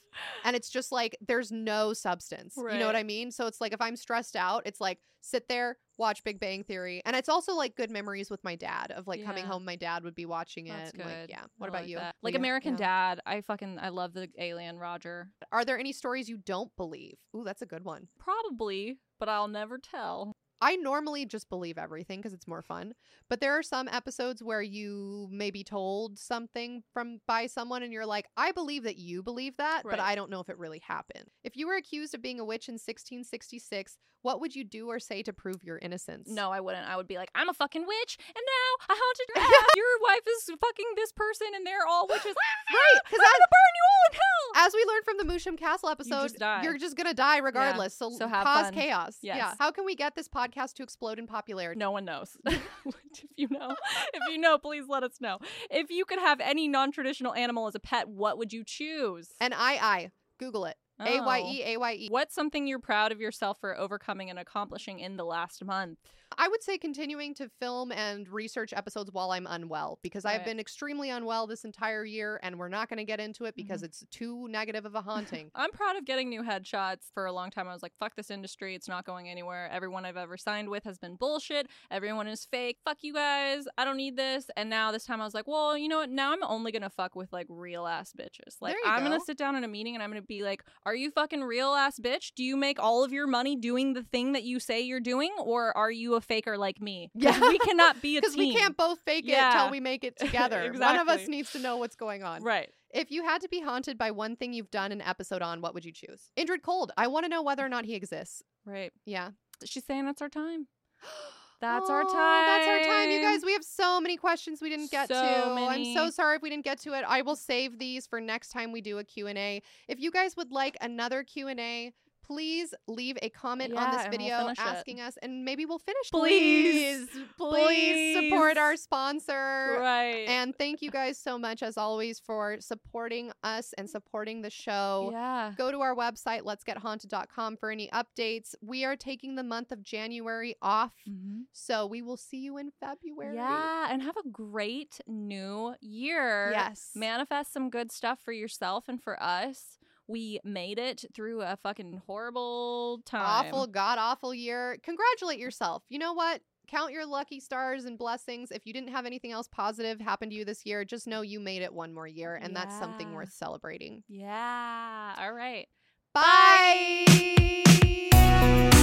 S1: and it's just like there's no substance. You know what
S2: Right.
S1: I mean? So it's like if I'm stressed out, it's like sit there, watch Big Bang Theory, and it's also like good memories with my dad of like coming
S2: Yeah.
S1: home. My dad would be watching it.
S2: That's
S1: and, Like,
S2: good.
S1: yeah. What
S2: I
S1: about
S2: like
S1: you?
S2: that. Like
S1: Oh, Yeah,
S2: American
S1: yeah.
S2: Dad. I fucking I love the alien Roger.
S1: Are there any stories you don't believe? Ooh, that's a good one.
S2: Probably, but I'll never tell.
S1: I normally just believe everything because it's more fun. But there are some episodes where you may be told something from by someone and you're like, I believe that you believe that, but
S2: Right.
S1: I don't know if it really happened. If you were accused of being a witch in 1666, what would you do or say to prove your innocence?
S2: No, I wouldn't. I would be like, I'm a fucking witch, and now I haunted your ass. your wife is fucking this person, and they're all witches.
S1: Right,
S2: I'm
S1: 'cause
S2: gonna burn you all in hell.
S1: As we learned from the Musham Castle episode,
S2: just die.
S1: are just gonna die regardless. So,
S2: so have
S1: cause
S2: fun.
S1: chaos. Yeah.
S2: Yes.
S1: How can we get this podcast to explode in popularity?
S2: No one knows. if you know, if you know, please let us know. If you could have any non-traditional animal as a pet, what would you choose?
S1: And I, I, Google it.
S2: Oh.
S1: A Y E A Y E.
S2: What's something you're proud of yourself for overcoming and accomplishing in the last month?
S1: I would say continuing to film and research episodes while I'm unwell because I've
S2: Right.
S1: been extremely unwell this entire year and we're not going to get into it
S2: Mm-hmm.
S1: because it's too negative of a haunting.
S2: I'm proud of getting new headshots. For a long time, I was like, fuck this industry. It's not going anywhere. Everyone I've ever signed with has been bullshit. Everyone is fake. Fuck you guys. I don't need this. And now this time I was like, well, you know what? Now I'm only going to fuck with like real ass bitches. Like,
S1: There you
S2: I'm going
S1: go.
S2: to sit down in a meeting and I'm going to be like, are you fucking real ass bitch? Do you make all of your money doing the thing that you say you're doing? Or are you a faker like me? 'Cause
S1: Yeah.
S2: We cannot be a
S1: Because we
S2: team.
S1: can't both fake it
S2: Yeah.
S1: till we make it together. One of us
S2: Exactly.
S1: needs to know what's going on.
S2: Right.
S1: If you had to be haunted by one thing you've done an episode on, what would you choose? Indrid Cold. I want to know whether or not he exists.
S2: Right.
S1: Yeah.
S2: She's saying that's our time. That's
S1: Aw,
S2: our time.
S1: Oh, That's our time, you guys. We have so many questions we didn't get
S2: So
S1: to. I'm so
S2: many.
S1: sorry if we didn't get to it. I will save these for next time we do a Q&A. If you guys would like another Q&A, please leave a comment on
S2: Yeah,
S1: this
S2: and we'll
S1: video
S2: finish it.
S1: asking us and maybe we'll finish.
S2: Please,
S1: please, please support
S2: please.
S1: our sponsor.
S2: Right.
S1: And thank you guys so much as always for supporting us and supporting the show.
S2: yeah.
S1: Go to our website, let'sgethaunted.com, for any updates. We are taking the month of January off. So we will see you in February.
S2: Mm-hmm. Yeah, and have a great new year.
S1: Yes.
S2: Manifest some good stuff for yourself and for us. We made it through a fucking horrible time.
S1: Awful, god awful year. Congratulate yourself. You know what? Count your lucky stars and blessings. If you didn't have anything else positive happen to you this year, just know you made it one more year, and that's something
S2: Yeah.
S1: worth celebrating.
S2: Yeah. All right.
S1: Bye.